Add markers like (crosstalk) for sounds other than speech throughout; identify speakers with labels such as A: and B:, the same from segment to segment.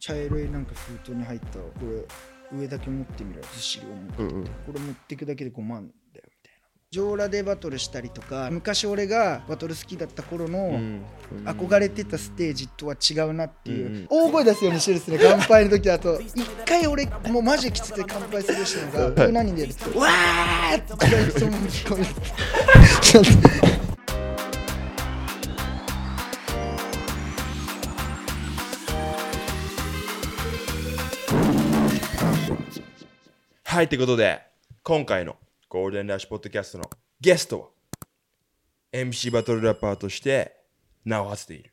A: 茶色いなんか封筒に入ったこれ上だけ持ってみろずっしり重くて、
B: うんうん
A: これ持っていくだけで5万だよみたいな上裸でバトルしたりとか昔俺がバトル好きだった頃の、憧れてたステージとは違うなっていう、
B: うんうん
A: 大声出すようにしてるです
B: (laughs)
A: ね乾杯の時だと一回俺もうマジできつい乾杯する人が僕何人でやるとわーって言われても聞こえるちょっと
B: はいということで今回のゴールデンラッシュポッドキャストのゲストは MC バトルラッパーとして名を馳せている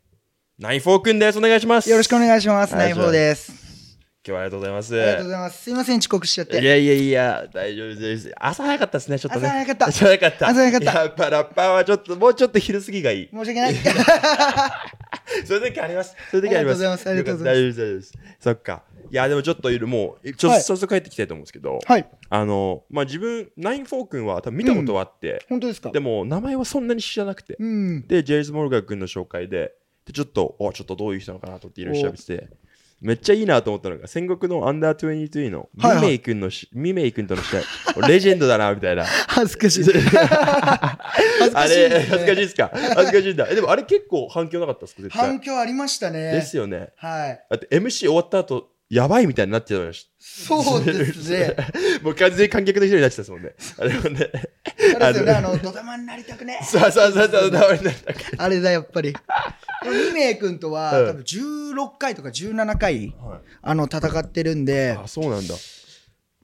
B: ナイフォーくんですお願いします
A: よろしくお
B: い
A: 願いします
B: は
A: ナ
B: い
A: イフォーです
B: 今日はありがとうございます
A: ありがとうございますすいません遅刻しちゃっ
B: い
A: て
B: やいやいや大丈夫です朝早かったですねちょっとね
A: 朝早かった
B: 朝早かった
A: 朝早かった
B: やっぱラッパーはちょっともうちょっと昼過ぎがいい
A: 申し訳ない
B: そういう時あります。そういう時あり
A: ありがとうご
B: ます。
A: ざいます
B: よかった大丈夫です、大丈夫です。そっか。いや、でもちょっといる、もう、ちょっ
A: は
B: と
A: い
B: 早速帰ってきたいと思うんですけど、
A: はい
B: あの、まあ、自分、ナインフォー君は多分見たことはあって、
A: 本当ですか
B: でも、名前はそんなに知らなくて。
A: うん
B: で、ジェイズ・モルガー君の紹介で、でちょっと、おちょっとどういう人なのかなと思っていろいろ調べてて、めっちゃいいなと思ったのが、戦国のアンダー22のミ
A: はいはい
B: メイ君のし、ミメイ君との試合、レジェンドだな、みたいな。
A: 恥ずか
B: (laughs)
A: しい恥ず
B: あ
A: かしい
B: れ、
A: です
B: 恥ずかし
A: ね
B: いですか恥ずかしいんだ。えでも、あれ結構反響なかったですか絶
A: 反
B: 対。
A: 響ありましたね
B: ですよね。
A: はい
B: だって MC 終わった後やばいみたいになってたのよ。
A: そうですね
B: もう完全に観客の一人になってたですもんね。あれもね。
A: あれですよねあのドタマになりたくねえ
B: そうそうそうそう、ダメになった。
A: あれだ、やっぱり。でも二名君とは、
B: うん
A: 多分16回とか17回、あの、戦ってるんで、
B: あ、そうなんだ。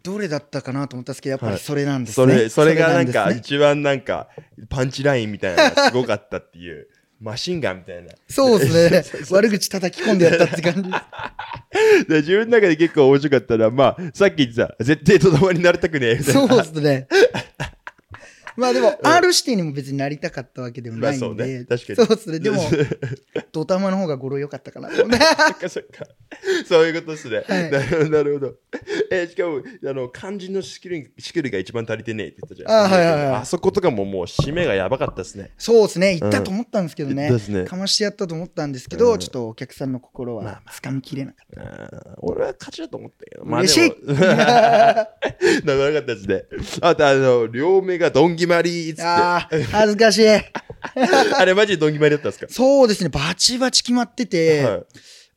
A: どれだったかなと思ったんですけど、やっぱ
B: は
A: り
B: い
A: それなんです
B: そ
A: ね。
B: れ、それがなんか、
A: それですね
B: 一番なんか、パンチラインみたいなのがすごかったっていう、マシンガンみたいな。
A: そうです
B: (laughs)
A: ね。悪口叩き込んでやったって感じです。
B: で自分の中で結構面白かったのは、まあ、さっき言ってた、絶対とどまりになりたく (laughs) ねえみたい
A: そ
B: な。
A: うですね。 (laughs) まあでも、R 指定にも別になりたかったわけでもないんで、
B: まあそうね確かに
A: そうですね。で
B: (laughs)
A: も、ドタマの方が語呂良かったかなと (laughs) 思って。
B: そっかそっか。そういうことですね。
A: はい
B: なるほど、なるほど。えしかも、あの、漢字の仕切り仕切りが一番足りてねえって言ったじゃん。
A: あはいはいはい
B: あそことかももう締めがやばかったですね。
A: そうですね。行ったと思ったんですけど
B: うん
A: ね。
B: 行ったっすね
A: かましてやったと思ったんですけど、
B: うん
A: ちょっとお客さんの心
B: まあ
A: は掴みきれなかった。
B: あー俺は勝ちだと思ったけど。
A: 嬉し
B: (laughs)
A: い
B: なかなかったですね。あと、あの、両目がドンギマリーっつって。あ
A: あー恥ずかしい。
B: (laughs) れマジでドンギマリだったんですか
A: そうですね、バチバチ決まってて、
B: はい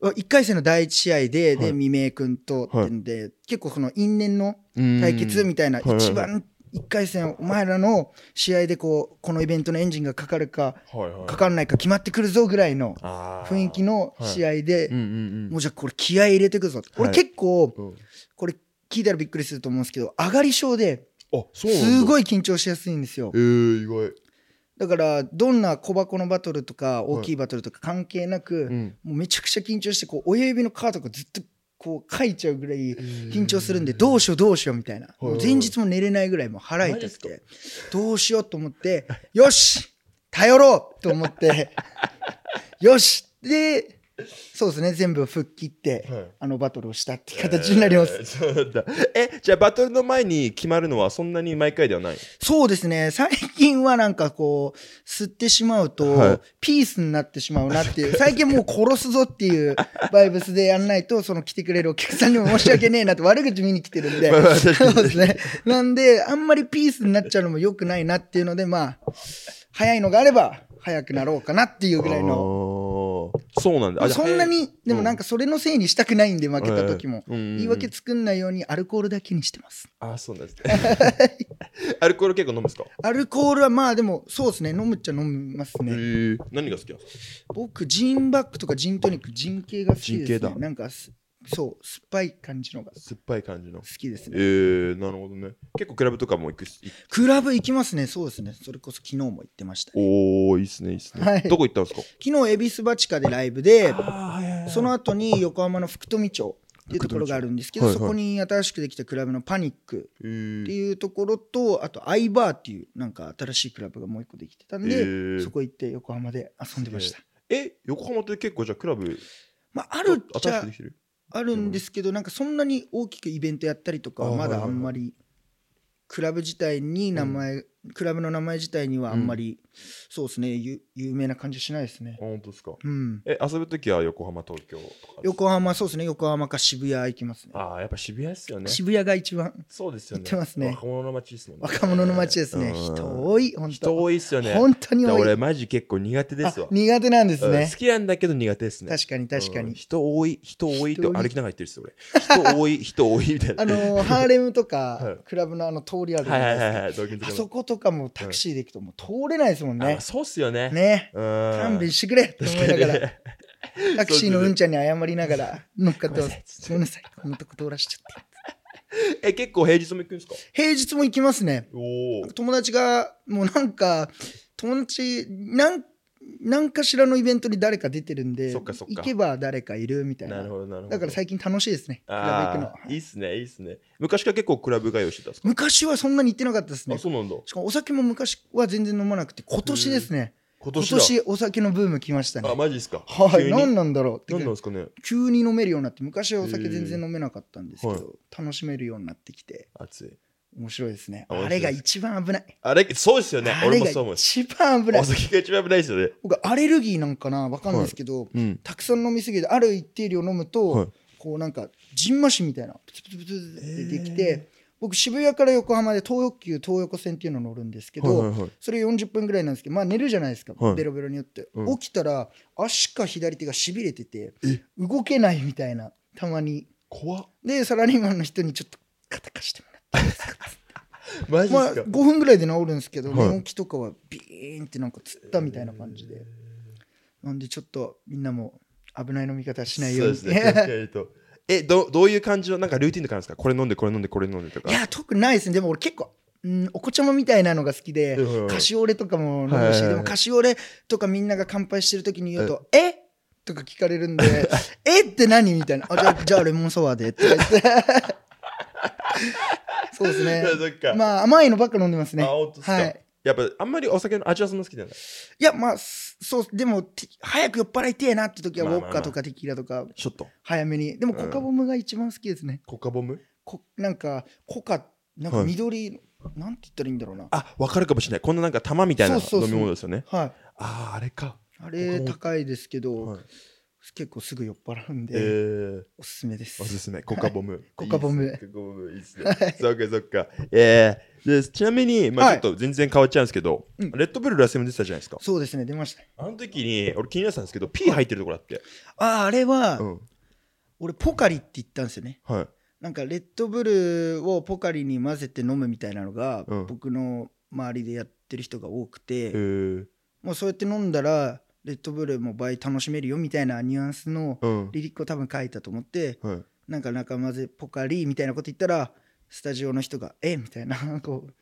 A: 1回戦の第1試合で、
B: はい
A: で、未明君とってんで、結構その因縁の対決みたいな、
B: うんはいはいは
A: 一
B: い
A: 番1回戦、お前らの試合でこう、このイベントのエンジンがかかるか、
B: はいはい
A: かかんないか決まってくるぞぐらいの
B: あー
A: 雰囲気の試合で、
B: うんうん
A: もうじゃあこれ気合い入れてくぞって。
B: はい
A: 俺結構、
B: うん。うん
A: これ聞いたらびっくりすると思うんですけど、上がり症で、
B: あ、そうなんだ。
A: す
B: い。
A: ごい緊張しやすいんですよ
B: え。ー、意外。
A: だから、どんな小箱のバトルとか、大きいバトルとか関係なく、
B: ん。
A: もうめちゃくちゃ緊張してこう親指のカードがずっとこう書いちゃうぐらい緊
B: 緊
A: 張するんでどうしようどうしようみたいな
B: はいはい
A: 前日も寝れないぐらいもう腹痛
B: マジっ
A: く
B: すか
A: てどうしようと思ってよし頼ろうと思って
B: (laughs)
A: よしでそうですね全部吹っ切って
B: はい
A: あのバトルをしたっていう形になります
B: えーそうなんだえじゃあバトルの前に決まるのはそんなに毎回ではない
A: そうですね最近はなんかこう吸ってしまう
B: はい
A: とピースになってしまうなっていう最近もう殺すぞっていうバイブスでやんないとその来てくれるお客さんにも申し訳ねえなって悪口見に来てるんで
B: まあまあ確かに
A: そうですねなんであんまりピースになっちゃうのも良くないなっていうのでまあ早いのがあれば早くなろうかなっていうぐらいの
B: のそうなんだあじゃ
A: そ
B: あ
A: んなにでも
B: うん
A: なんかそれのせいにしたくないんで負けた時も
B: うんうんうん
A: 言い訳作んないようにアルコールだけにしてます
B: あそうなんですね (laughs) アルコール結構飲むんですか
A: アルコールはまあでもそうですね飲むっちゃ飲みます
B: え
A: ね
B: ー、何が好きなんですか
A: 僕ジンバックとかジントニックジン系が好きです、
B: ジ
A: ね、
B: ン系だ
A: なんかすそう酸っぱい感じのが好
B: 酸っぱい感じの
A: きです
B: え
A: ね
B: ー、なるほどね結構クラブとかも行くし
A: クラブ行きますねそうですねそれこそ昨日も行ってました、ね、
B: おおいいっすねいいっすね、
A: はい
B: どこ行ったんですか
A: 昨日恵比寿バチカでライブで
B: あー
A: その後に横浜の福富町っていうところがあるんですけど、
B: 福富町
A: そこに新しくできたクラブのパニック
B: え
A: っ
B: ー
A: ていうところとあとアイバーっていうなんか新しいクラブがもう一個できてたんで、
B: えー
A: そこ行って横浜で遊んでました、
B: え横浜って結構じゃあクラブ
A: まあ、あ
B: あ
A: るっち
B: 新し
A: ゃ
B: くできてる
A: あるんですけど、なんかそんなに大きくイベントやったりとかはまだあんまりクラブ自体に名前クラブの名前自体にはあんまり、そうですねゆ有名な感じしないですね
B: あ、本当ですか。
A: うん、
B: え、遊ぶときは横浜、東京とか。
A: 横浜そうですね横浜か渋谷行きますね
B: ああ、やっぱ渋谷ですよね。
A: 渋谷が一番
B: そうですよね。
A: 行ってますね
B: 若者の街ですもんね。
A: 若者の街ですね、
B: うん
A: 人多い本当
B: 人多いですよね。
A: 本当に
B: だか
A: 多
B: ら
A: い
B: 俺、マジ結構苦手ですわ
A: あ。苦手なんです
B: うん
A: ね
B: 好、きなんだけど苦手ですね。
A: 確かに確か
B: うん
A: に、
B: 人多い、人多いって
A: 人多い
B: 歩きながら言ってるっすよ、俺。人多い、人多いみたいな。
A: (laughs) あのーハーレムと
B: (laughs) は
A: か
B: い
A: クラブのあの通りあるじゃ
B: はい
A: な
B: はいい
A: ですか
B: はいはい、同居のと
A: あ
B: こ
A: そことかもタクシーで行くともう通れないですもん
B: あま
A: ね
B: あ。そうっすよね。
A: ね。
B: うん。
A: 勘弁してくれって思いながら、タクシーのうんちゃんに謝りながら乗っかってます。ごめ
B: ごめ
A: んなさい、こんなとこ通らしちゃって。
B: え、結構平日も行くんですか
A: 平日も行きますね。
B: おお。
A: 友達が、もうなんか、友達、なん何かしらのイベントに誰か出てるんで、
B: そっかそっ
A: 行
B: か
A: けば誰かいるみたいな。
B: なるほど、なるほど。
A: だから最近楽しいですね、クラブ行
B: あ
A: く
B: あ、
A: の。
B: いいっすね、いいっすね。昔から結構クラブ通いしてたんですか
A: 昔はそんなに行ってなかったですね。
B: あ、
A: し
B: そうなんだ。
A: かもお酒も昔は全然飲まなくて、今年ですね。今
B: 今年だ。
A: 年お酒のブーム来ましたね
B: あ、。マジですか。
A: はい、
B: 急に
A: 何なんだろうって
B: 何なんですかね。
A: 急に飲めるようになって昔はお酒
B: へー
A: 全然飲めなかったんですけど、
B: はい
A: 楽しめるようになってきて
B: 暑い。
A: 面白いですね
B: あ面
A: あ
B: 白い
A: れが一番危ない、
B: あれ、そうですよね。
A: あ
B: 俺
A: れ
B: もそう思
A: が
B: う。
A: 一番危ない
B: お酒が一番危ないですよね。
A: 僕アレルギーなんかな分かんないですけど、
B: うん。
A: たくさん飲みすぎてある一定量飲むと、
B: はい
A: こうなんかじんましみたいなプツプツプツって出てきて、僕渋谷から横浜で東北急東横線っていうの乗るんですけど、
B: はいはいはい。
A: それ40分ぐらいなんですけどまあ寝るじゃないですか、
B: はい
A: ベロベロによって、
B: うん
A: 起きたら足か左手がしびれてて動けないみたいなたまに
B: 怖っ。
A: でサラリーマンの人にちょっと肩貸してもらっ
B: マ
A: て、
B: ジで
A: まあ、
B: すか
A: 5。分ぐらいで治るんですけど
B: はい
A: 寝起きとかはビーンってなんかつったみたいな感じでなんでちょっとみんなも危ない飲み方しないように
B: そ
A: (laughs)
B: うですね。気をつけないとえ、どどういう感じのなんかルーティンとかあるんですかこれ飲んで、これ飲んで、これ飲んでとか。
A: いや特にないですねでも俺結構、うん、お子ちゃまみたいなのが好きで、
B: はいはいはい
A: カシオレとかも飲むし、
B: はいはいはい
A: でもカシオレとかみんなが乾杯してる時に言うと「えとか聞かれるんで (laughs) 「えって何?」みたいな「あじゃ
B: (laughs)
A: あじゃあレモンサワーで」って言って (laughs) そうですね
B: いや (laughs) そっか
A: まあ甘いのばっか飲んでますね
B: あ本当っすか
A: はい
B: やっぱあんまりお酒の味はそんな好きじゃない。シ
A: いやまあすそうでもて早く酔っ払いてえなって時はウ
B: まあまあ
A: ォ
B: ま
A: ッ
B: あ
A: カとかテキーラとか
B: ョット。
A: 早めにでもコカボムが一番好きですね、
B: コカボム
A: こなんかコカなんか緑、なんて言ったらいいんだろうな
B: あ、わかるかもしれない。こんななんか玉みたいな
A: そうそうそう
B: 飲み物ですよね。
A: はい
B: ああ、あれか。
A: あれ
B: 僕も
A: 高いですけど、
B: はい
A: 結構すぐ酔っ払うん
B: え
A: で、
B: ー。
A: おすすめです。
B: おすすめ、コカボム。
A: コカボム
B: いいっすねコカボム、いい
A: (laughs)
B: っすね。そっかそっか。えー、でちなみに、まあ、
A: は
B: ちょ
A: い
B: っと全然変わっちゃうんですけど、
A: うん
B: レッドブルラセム出てたじゃないですか。
A: そうですね、出ました。
B: あの時に、俺気になってたんですけど、P 入ってるところあって。
A: ああ、あれは、
B: うん。
A: 俺、ポカリって言ったんですよね。
B: はい。
A: なんか、レッドブルをポカリに混ぜて飲むみたいなのが、
B: うん
A: 僕の周りでやってる人が多くて、
B: えー、
A: もうそうやって飲んだら、レッドブルも倍楽しめるよみたいなニュアンスの
B: うん。
A: リリックを多分書いたと思って、
B: はい。
A: なんか、仲混ぜポカリみたいなこと言ったら、スタジオの人が、えみたいな、 (laughs) こう、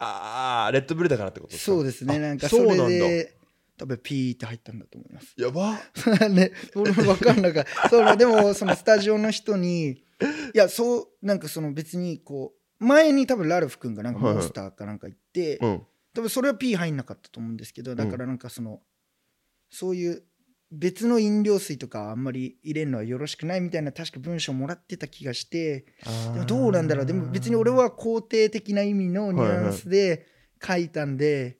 B: ああ、レッドブルだからってことですか
A: そうですね、なんか
B: あ
A: そ
B: そう
A: れ
B: なんだ。
A: で、多分ピーって入ったんだと思います。 (laughs)
B: やば。
A: ね、俺も分かんなかった。 (laughs) そのでも、そのスタジオの人に、いや、そう、なんかその別にこう、前に多分ラルフ君がなんか
B: はいはい
A: モンスターかなんか行って、
B: うん。
A: 多分それはピー入んなかったと思うんですけど、だからなんかその、そういう別の飲料水とかあんまり入れるのはよろしくないみたいな確か文章もらってた気がして、でもどうなんだろうでも別に俺は肯定的な意味のニュアンスで書いたんで、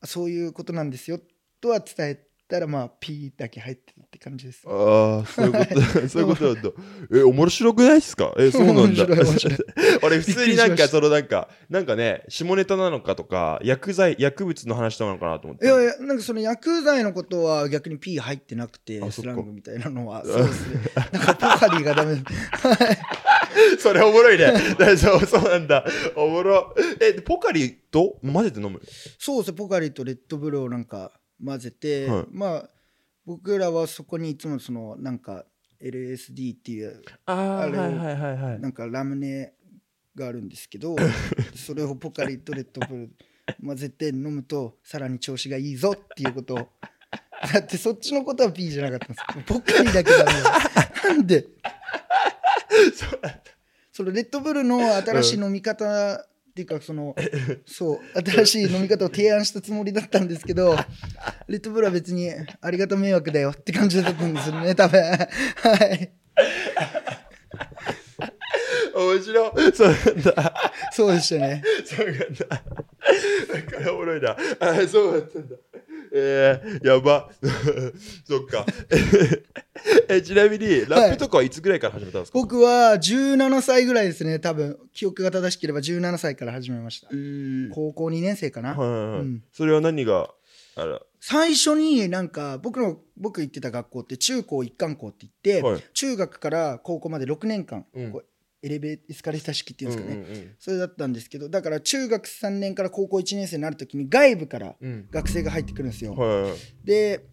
A: あそういうことなんですよとは伝えたらまあピーだけ入ってたって感じです
B: ああ、そういうこと、 (laughs) そういうことなんだ。え、面白くないっすかえ、そうなんだ。
A: 面白い面白い
B: (laughs) 俺、普通
A: びっくり
B: になん
A: しまし
B: か、
A: た
B: そのなんか、なんかね、下ネタなのかとか、薬剤、薬物の話なのかなと思っ
A: い
B: て。
A: やいやなんかその薬剤のことは逆にピー入ってなくて
B: あそ
A: ス
B: っか
A: ラングみたいなのはそうですねなんかポカリがダメ
B: (laughs) それおもろいね。 (laughs) だそう、そうなんだ。おもろ。え、ポカリと混ぜて飲む
A: そうですねポカリとレッドブルをなんか混ぜて、
B: はい
A: まあ僕らはそこにいつもそのなんか LSD っていう
B: ああ
A: あれ
B: いはいは
A: なんかラムネがあるんですけ
B: (laughs)
A: どそれをポカリとレッドブル混ぜて飲むとさらに調子がいいぞっていうことをだってそっちのことは P じゃなかったんですポカリだけダメだなんでそのレッドブルの新しい飲み方っていうかそのそう新しい飲み方を提案したつもりだったんですけどレッドブルは別にありがた迷惑だよって感じだったんですよね多分はい
B: 面白い。そうなんだ。 (laughs)
A: そうでしたね
B: そうなんだ。だからおもろいな。あそうだったんだ。えー、やば。 (laughs) そっか。 (laughs) え、ちなみに、ラップとかはいつぐらいから始めたんですか、
A: 僕は17歳ぐらいですね多分記憶が正しければ17歳から始めました
B: えー
A: 高校2年生かな、
B: はいはいはい
A: うん
B: それは何があら、
A: 最初になんか僕の僕行ってた学校って中高一貫校って言って、
B: はい
A: 中学から高校まで6年間、
B: うん
A: こうエレベエスカレーター式っていうんですかね、
B: うんうん
A: それだったんですけどだから中学3年から高校1年生になるときに外部から
B: うん
A: 学生が入ってくるんですよ、
B: うんはいはいはい
A: で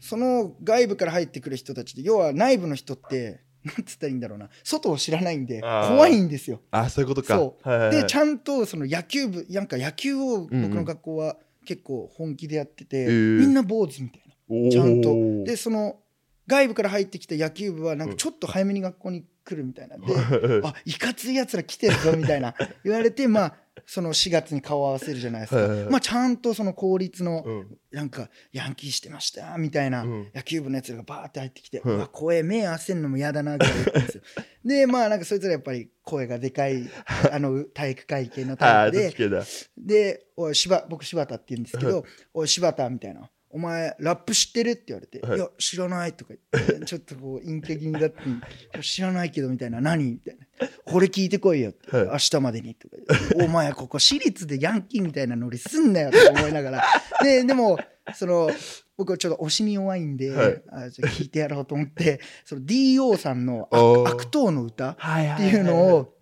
A: その外部から入ってくる人たちで要は内部の人ってなんつったらいいんだろうな外を知らないんで
B: あー
A: 怖いんですよ
B: あ、そういうことか。
A: そう
B: はいはいはい
A: でちゃんとその野球部なんか野球を僕の学校は結構本気でやってて、
B: うんうん
A: みんな坊主みたいな、
B: おー
A: ちゃんと
B: (laughs)
A: でその外部から入ってきた野球部はなんかちょっと早めに学校に来るみたいなで (laughs) あいかついやつら来てるぞみたい
B: (laughs)
A: な言われてまあその4月に顔を合わせるじゃないですか、
B: はいはいはい
A: まあ、ちゃんとその公立の
B: うん
A: なんかヤンキーしてましたみたいな
B: うん
A: 野球部のやつらがバーって入ってきて、
B: うん
A: うわ声目合わせるのも嫌だなぐらい言ったんですよでまあなんかそいつらやっぱり声がでか
B: (laughs)
A: いあの体育会系の
B: は
A: タイ
B: い、
A: プ
B: どっ
A: で
B: ち系だ。
A: でおい柴僕柴田って言うんですけど「おい柴田」みたいな「お前ラップ知ってる?」って言われて「
B: はい
A: いや知らない」とか言
B: (laughs)
A: ってちょっとこう陰気気味だって「いや (laughs) 知らないけど」みたいな「何?」みたいな「これ聞いてこいよ」って「
B: はい
A: 明日までに」とか言って「お前ここ私立でヤンキーみたいなノリすんなよ」とか思いながらででもその僕はちょっと推しに弱いんで、
B: はい
A: あじゃあ聞いてやろうと思ってその DO さんの
B: おー
A: 悪悪党の歌
B: はい
A: っていうのを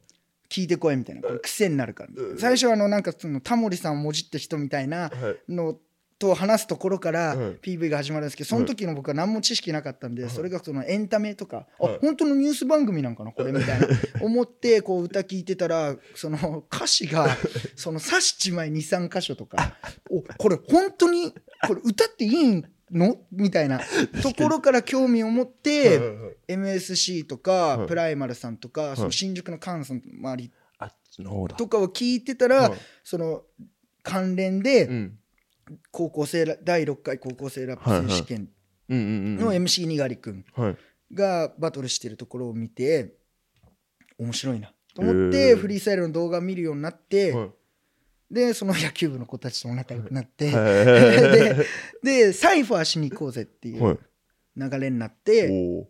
A: 聞いてこいみたいなこれ癖になるからみたいな
B: うん
A: 最初はあのなんかそのタモリさんをもじった人みたいな
B: はい
A: のと話すところから
B: うん
A: PV が始まるんですけどその時の僕は何も知識なかったん
B: う
A: で
B: ん
A: それがそのエンタメとか
B: うん
A: あ本当のニュース番組なんかなこれみたいな
B: (laughs)
A: 思ってこう歌聞いてたらその歌詞がその刺しちまい23箇所とかおこれ本当にこれ歌っていいのみたいなところから興味を持って。
B: はいはいはい
A: MSC と
B: は
A: か
B: い
A: プライマルさんとか
B: い
A: その新宿の菅さんの周り
B: あっちの方だ。
A: とかを聞いてたら
B: はい
A: その関連で
B: ん。
A: 高校生ラ第6回高校生ラップ選手権
B: うんうんうん。
A: の MC にがりくん
B: はい。
A: がバトルしてるところを見て面白いなと思っ
B: へー
A: てフリースタイルの動画を見るようになって
B: はい
A: でその野球部の子たちとも仲良くなって
B: で、
A: (laughs) でサイファーしに行こうぜっていう
B: はい。
A: 流れになっ
B: お
A: て
B: ー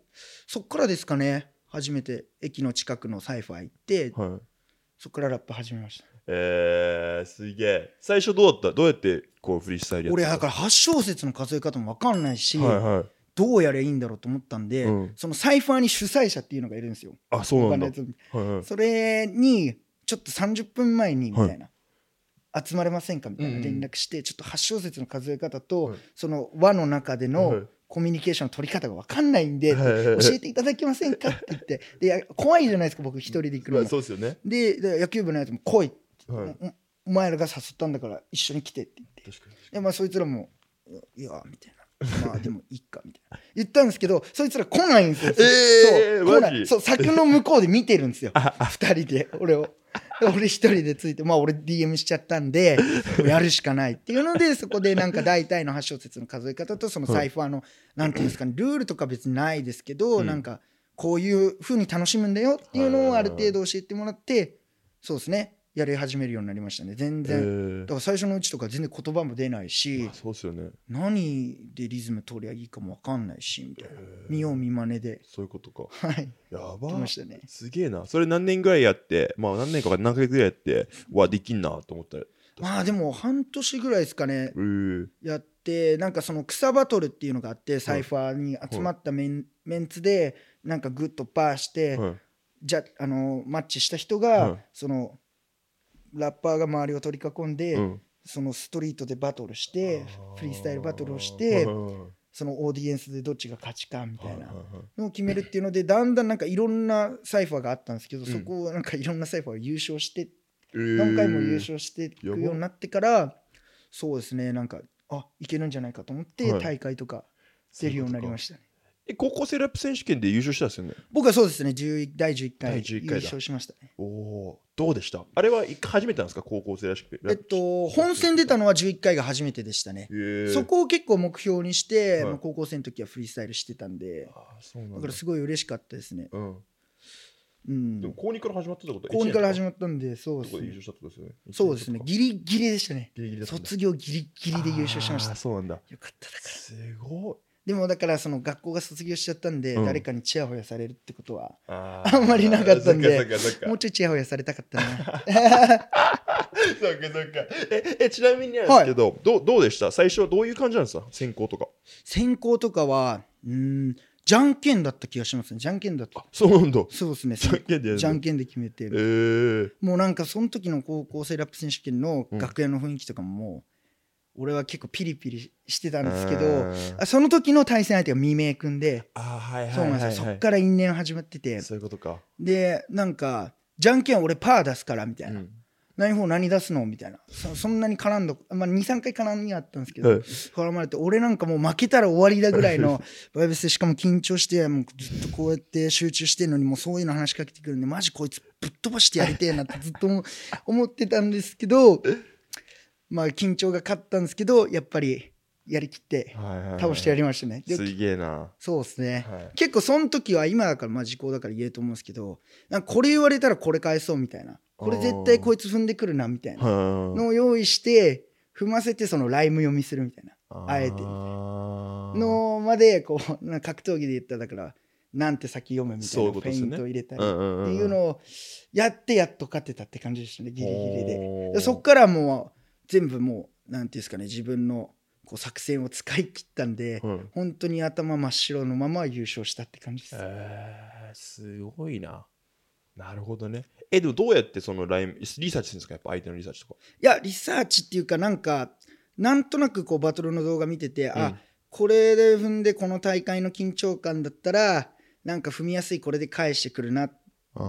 A: そっからですかね初めて駅の近くのサイファー行って
B: はい。
A: そっからラップ始めました
B: えー、すげえ。最初どうだったどうやってこうフリースタイルやって
A: 俺
B: た
A: だから8小節の数え方も分かんないし、
B: はいはい。
A: どうやりゃいいんだろうと思ったんで、
B: うん
A: そのサイファーに主催者っていうのがいるんですよ
B: あ、そうな
A: 他
B: ん
A: の
B: だ。
A: や
B: は
A: つ
B: いはい。
A: それにちょっと30分前にみたいな、集まれませんかみたい
B: うん
A: な
B: う
A: 連
B: ん
A: 絡して、ちょっと8小節の数え方と、
B: はい
A: その輪の中で
B: はい
A: のコミュニケーションの取り方が分かんないんで、
B: はいはいはい
A: 教えていただけませんかって言ってでいや怖いじゃないですか僕一人で行くの
B: ま
A: も
B: あ、そうですよね。
A: でで野球部のやつも来いって言
B: はい
A: って、おお前らが誘ったんだから一緒に来てって言って。
B: 確かに。
A: でまあそいつらも「いや」みたいな「まあでもいいか」みたいな言ったんですけどそいつら来ないんですよ。
B: えー
A: そう来な
B: マジ
A: いそう柵の向こうで見てるんですよ二人で俺を。 (laughs) で俺一人でついてまあ俺 DM しちゃったんでもうやるしかないっていうのでそこでなんか大体の8小節の数え方とそのサイファーのなんていうんですかねルールとか別にないですけど、
B: うん
A: なんかこういう風に楽しむんだよっていうのをある程度教えてもらってそうですねやり始めるようになりましたね全
B: え
A: 然
B: ー
A: だから最初のうちとか全然言葉も出ないし
B: まあ、そうですよね。
A: 何でリズム取りゃいいかも分かんないしみたいな
B: えー
A: 見よう見まねで
B: そういうことか。
A: はい
B: や
A: 来
B: ば
A: ま。したね
B: すげえな。それ何年ぐらいやって、まあ何年か何ヶ月ぐらいやって、はできんなと思ったら。
A: まあでも半年ぐらいですかね
B: えー、
A: やってなんかその草バトルっていうのがあってサイファーに集まったメンメンツでなんかグッとパーして
B: はい。
A: じゃあのマッチした人
B: は
A: が
B: い
A: そのラッパーが周りを取り囲んで
B: うん
A: そのストリートでバトルして
B: あー
A: フリースタイルバトルをし
B: はい
A: て
B: はいはい
A: そのオーディエンスでどっちが勝ちかみたいな
B: は。は
A: のを決めるっていうのでだんだんなんかいろんなサイファーがあったんですけど、
B: ん
A: そこをなんかいろんなサイファーが優勝して
B: えー
A: 何回も優勝していく
B: や
A: よ
B: ば
A: うになってからそうですねなんかあいけるんじゃないかと思っ
B: は
A: て
B: い
A: 大会とか出るようになりましたね。
B: え高校生ラップ選手権で優勝したんですよね
A: 僕はそうですね11第11回
B: 第11回
A: 優
B: だ
A: 勝しましたね。
B: おおーどうでしたあれは一回初めてなんですか高校生らしくて
A: えっと本戦出たのは11回が初めてでしたね。そこを結構目標にして、
B: はい
A: まあ高校生の時はフリースタイルしてたんで
B: あーそうなん
A: だ
B: だ
A: からすごい嬉しかったですね。
B: うん
A: うん
B: でも、高2から始まってたこと
A: 高2から始
B: まっ
A: まったんで、そうで
B: たこと
A: す
B: で優
A: ね。
B: 勝したってことですよね。
A: そうですね。ギ
B: ギ
A: リギリでしたね。
B: リギリだったんだ
A: 卒業ギリギリで優勝しまし
B: あー
A: た。
B: そうなんだ。
A: よかっただから。
B: すごい。
A: でもだからその学校が卒業しちゃったんで、
B: うん
A: 誰かにチヤホヤされるってことは、
B: あ
A: あんまりなかったんで
B: そっかそっかそっか。
A: もうちょいチヤホヤされたかったな。
B: そっかそっか。え、えちなみになんですけど、どうどうでした最初はどういう感じなんですか選考とか。
A: 選考とかは、うーん、じゃんけんだった気がしますね。じゃんけんだった。
B: そうなんだ。
A: そうですね。
B: じゃんけんでやるんだ
A: じゃんけんで決めて
B: え
A: る。
B: ー。
A: もうなんかその時の高校生ラップ選手権の
B: うん
A: 楽屋の雰囲気とかももう、俺は結構ピリピリしてたんですけ
B: あ
A: ど、
B: ー
A: あその時の対戦相手が未明君で、
B: あー、はいはい
A: そう
B: はい
A: な
B: は
A: ん
B: い、
A: ですよ。そっから因縁始まってて、
B: そういうことか。
A: で、なんか、じゃんけん俺パー出すからみたいな。
B: うん
A: 何方何出すのみたいなそそんなに絡んだ、まあ、23回絡みがあったんですけ
B: は
A: ど、
B: い
A: 絡まれて俺なんかもう負けたら終わりだぐらい
B: (laughs)
A: のバイブスでしかも緊張してもうずっとこうやって集中してるのにもうそういうの話しかけてくるんでマジこいつぶっ飛ばしてやりてえな
B: (laughs)
A: ってずっと思思ってたんですけどまあ緊張が勝ったんですけどやっぱりやりきって
B: はいはいはい
A: 倒してやりましたね。です
B: げえな。
A: そうですね、
B: はい
A: 結構その時は今だからまあ時効だから言えると思うんですけどなんかこれ言われたらこれ返そうみたいなこれ絶対こいつ踏んでくるなみたいな
B: は
A: のを用意して踏ませてそのライム読みするみたいな
B: あ
A: あえてみたい
B: な
A: のまでこうなんか格闘技で言ったらだからなんて先読むみた
B: そ
A: いう
B: い
A: な
B: う
A: フ
B: こと
A: ェ
B: です
A: イ
B: よ
A: ン
B: ね
A: トを入れたりっ
B: って
A: いうのをやってやっと勝てたって感じでしたねギリギリで
B: で
A: でそっからもう全部もうなんていうんですかね自分のこう作戦を使い切ったんで、
B: うん
A: 本当に頭真っ白のまま優勝したって感じです。
B: えー、すごいな。なるほどね。え、でもどうやってそのラインリサーチするんですかやっぱ相手のリサーチとか。
A: いやリサーチっていうかなんかなんとなくこうバトルの動画見てて、
B: うん
A: あこれで踏んでこの大会の緊張感だったらなんか踏みやすいこれで返してくるな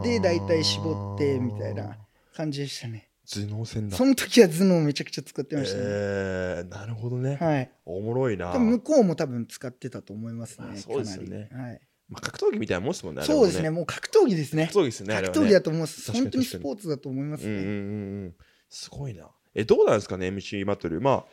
A: で大体絞ってみたいな感じでしたね
B: 頭脳戦だ
A: その時は頭脳めちゃくちゃ使ってましたね、
B: えー、なるほどね、
A: はい
B: おもろいな、
A: 多分向こうも多分使ってたと思いますね、
B: まあそうですよね
A: かなりはい、
B: まあ、格闘技みたいなもんですもんねあれ
A: そうですねもう格闘技ですね
B: 格闘技ですねあれ
A: 格
B: は
A: 闘技だと思います
B: 確かに
A: 本当に
B: 確か
A: ス
B: に
A: ポーツだと思います
B: うんうん
A: ね、
B: うんうんすごいなえどうなんですかね MC バトルまあ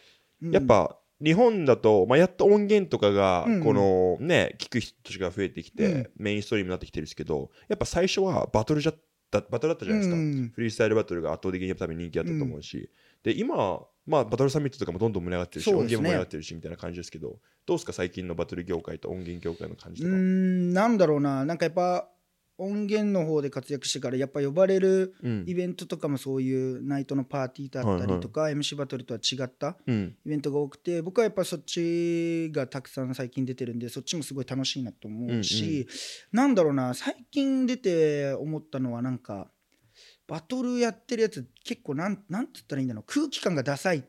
A: うん
B: やっぱ日本だと、まあ、やっと音源とかが
A: うんうん
B: この、ね聞く人が増えてきて、
A: うん
B: メインストリームになってきてるんですけどやっぱ最初はバトルじゃだバトルだったじゃないですか、
A: うん
B: フリースタイルバトルが圧倒的にやっぱ多分人気だったと思うし、で今、まあ、バトルサミットとかもどんどん盛り上がってるし、
A: そう
B: 音
A: ですね
B: 源も盛り上がってるしみたいな感じですけどどうですか最近のバトル業界と音源業界の感じ
A: うー
B: とか、
A: んなんだろうななんかやっぱ音源の方で活躍してからやっぱ呼ばれる
B: うん
A: イベントとかもそういうナイトのパーティーだったりとか、MC バトルとは違った
B: うん
A: イベントが多くて僕はやっぱそっちがたくさん最近出てるんでそっちもすごい楽しいなと思うし、なんだろうな最近出て思ったのはなんかバトルやってるやつ結構なんなんて言ったらいいんだろう空気感がダサい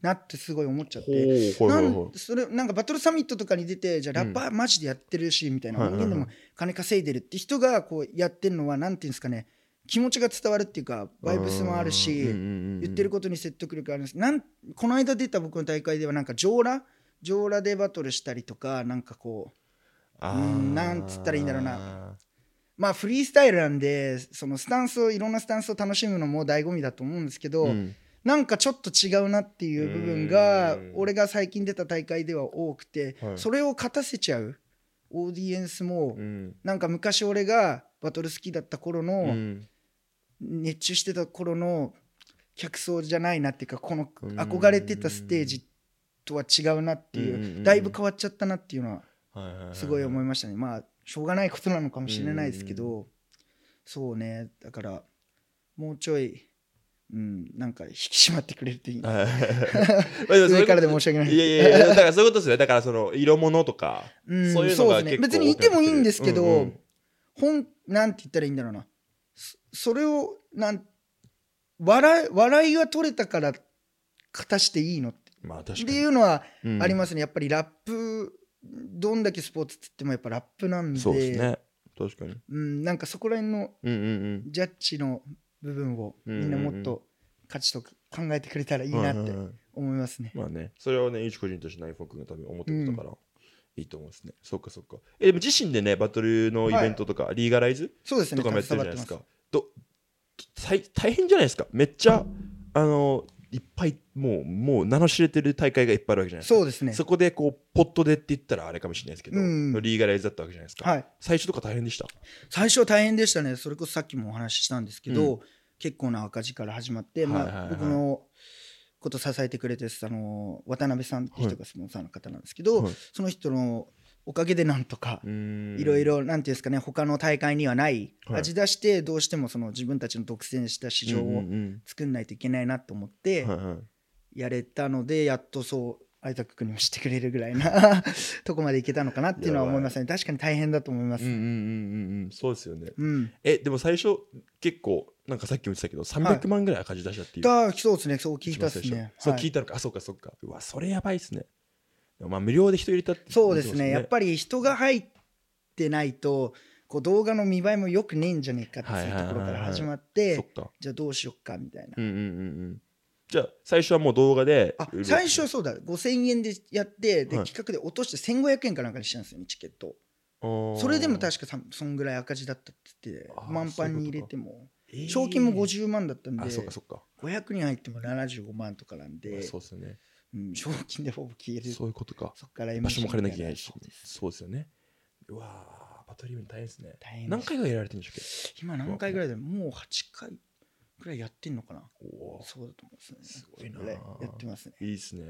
A: なってすごい思っちゃっ
B: ほ
A: て。
B: う
A: な
B: はいはい
A: ん
B: はい
A: それなんかバトルサミットとかに出てじゃあラ
B: うん
A: ッパーマジでやってるしみたいな、
B: はいはい
A: 音
B: はい
A: 源でも金稼いでるって人がこうやってるのはなんていうんですかね気持ちが伝わるっていうかバイブスもあるし、言
B: 言
A: ってることに説得力あるんですなんこの間出た僕の大会ではなんか上ラ上ラでバトルしたりとかなんかこう
B: と
A: うんなんつったらいいんだろうなまあフリースタイルなんでそのスタンスをいろんなスタンスを楽しむのも醍醐味だと思うんですけど、なんかちょっと違うなっていう部分が
B: うん
A: 俺が最近出た大会では多くて、
B: はい
A: それを勝たせちゃうオーディエンスも、
B: うん
A: なんか昔俺がバトル好きだった頃の、
B: うん
A: 熱中してた頃の客層じゃないなっていうかこの
B: うん
A: 憧れてたステージとは違うなっていう、
B: うんうんうん
A: だいぶ変わっちゃったなっていうのは
B: はいはいは
A: すごい思い
B: い
A: ましたね、まあしょうがないことなのかもしれないですけど、そうねだからもうちょい、うん、なんか引き締まってくれるといいな
B: はいまあもそういう
A: 上
B: こ
A: から
B: と
A: で申し訳ない
B: いやいやいやだからそういうことですよねだからその色物とか
A: うん
B: そういうのが結構
A: 別にいてもいいんですけど、
B: うんうん
A: 本なんて言ったらいいんだろうなそそれをなん笑い笑いが取れたから勝たしていいのって
B: まあ
A: っ
B: 確
A: て
B: か
A: い
B: に
A: うのは
B: うん
A: ありますね、やっぱりラップどんだけスポーツっつってもやっぱラップなんで
B: そうですね確かに
A: うん、なんかそこら辺の
B: うんうん
A: ジャッジの部分を
B: うんうん
A: み
B: うんん
A: なもっと価値とか考えてくれたらいい
B: うん
A: なっ
B: はい
A: て
B: はいはい
A: 思いますね。
B: まあねそれはね一個人としてナイフォー君が多分思ってることだからいいと思うんですねそっかそっかえでも自身でねバトルのイベントとかリーガライズ
A: そうですね、
B: とかもやってるじ
A: 携
B: ゃないで
A: わっ
B: す
A: てま
B: か。ど大大変じゃないですか。めっちゃ、あの、いっぱいもうもう名の知れてる大会がいっぱいあるわけじゃないですか
A: そうですね
B: そこでこうポットでって言ったらあれかもしれないですけど、
A: うん
B: リーガライズだったわけじゃないですか、
A: はい
B: 最初とか大変でした
A: 最初は大変でしたねそれこそさっきもお話ししたんですけど、結構な赤字から始まって、
B: はいはい
A: ま
B: は
A: あ、
B: い
A: 僕のこと支えてくれてあの渡辺さんって人がスポンサーの方なんですけど、
B: はい
A: その人のおかげでなんとか、
B: い
A: いろいろなんていうんですかね他の大会にはない
B: はい
A: 味出してどうしてもその自分たちの独占した市場
B: うんう
A: を
B: ん
A: 作んないといけないなと思っ
B: う
A: て
B: んはいはい
A: やれたのでやっとそう相田君にもしてくれるぐらいな (laughs) とこまでいけたのかなっていうのは思いますね確かに大変だと思いま
B: うんうん
A: す。
B: うんうんうんそうですよね
A: うん、
B: えでも最初結構なんかさっきも言ってたけど300万ぐらい赤字出したっていう、
A: だそうですねそう聞い
B: 一
A: た
B: 番
A: っす
B: 最初
A: ね。
B: そう
A: はい
B: 聞いたのか、あそうかそうかうわそれやばいっすねでもまあ無料で人入れたって
A: そうですねやっ
B: り
A: ぱり人が入ってないとこう動画の見栄えも良くねえんじゃねえかっていうところから始まっ
B: そってか
A: じゃあどうしよっかみたいな
B: う。んうんうんうんじゃあ最初はもう動画で
A: あ
B: 売る
A: 最初はそうだ5000円でやってで
B: はい
A: 企画で落として1500円かなんかにしたんですよねチケットを
B: あー
A: それでも確かさそんぐらい赤字だったって言って
B: あー
A: 満帆に入れても
B: えー
A: 賞金も50万だったんで
B: あそうかそうか
A: 500人入っても75万とかなん
B: まあ
A: で
B: そうですよね
A: うん賞金でほぼ消える
B: そういうことか
A: そっから MC
B: 場所も借りなきゃいけないし
A: みたな
B: そうですよねうわーパトリーム大変ですね
A: 大変で
B: 何
A: す
B: 回ぐらいやられてるんでしたっ
A: 今何回ぐらいでもう8回ぐらいやってんのかな
B: けおー
A: そうだと思いますね
B: すごいな
A: それぐらやってますね
B: いいっすね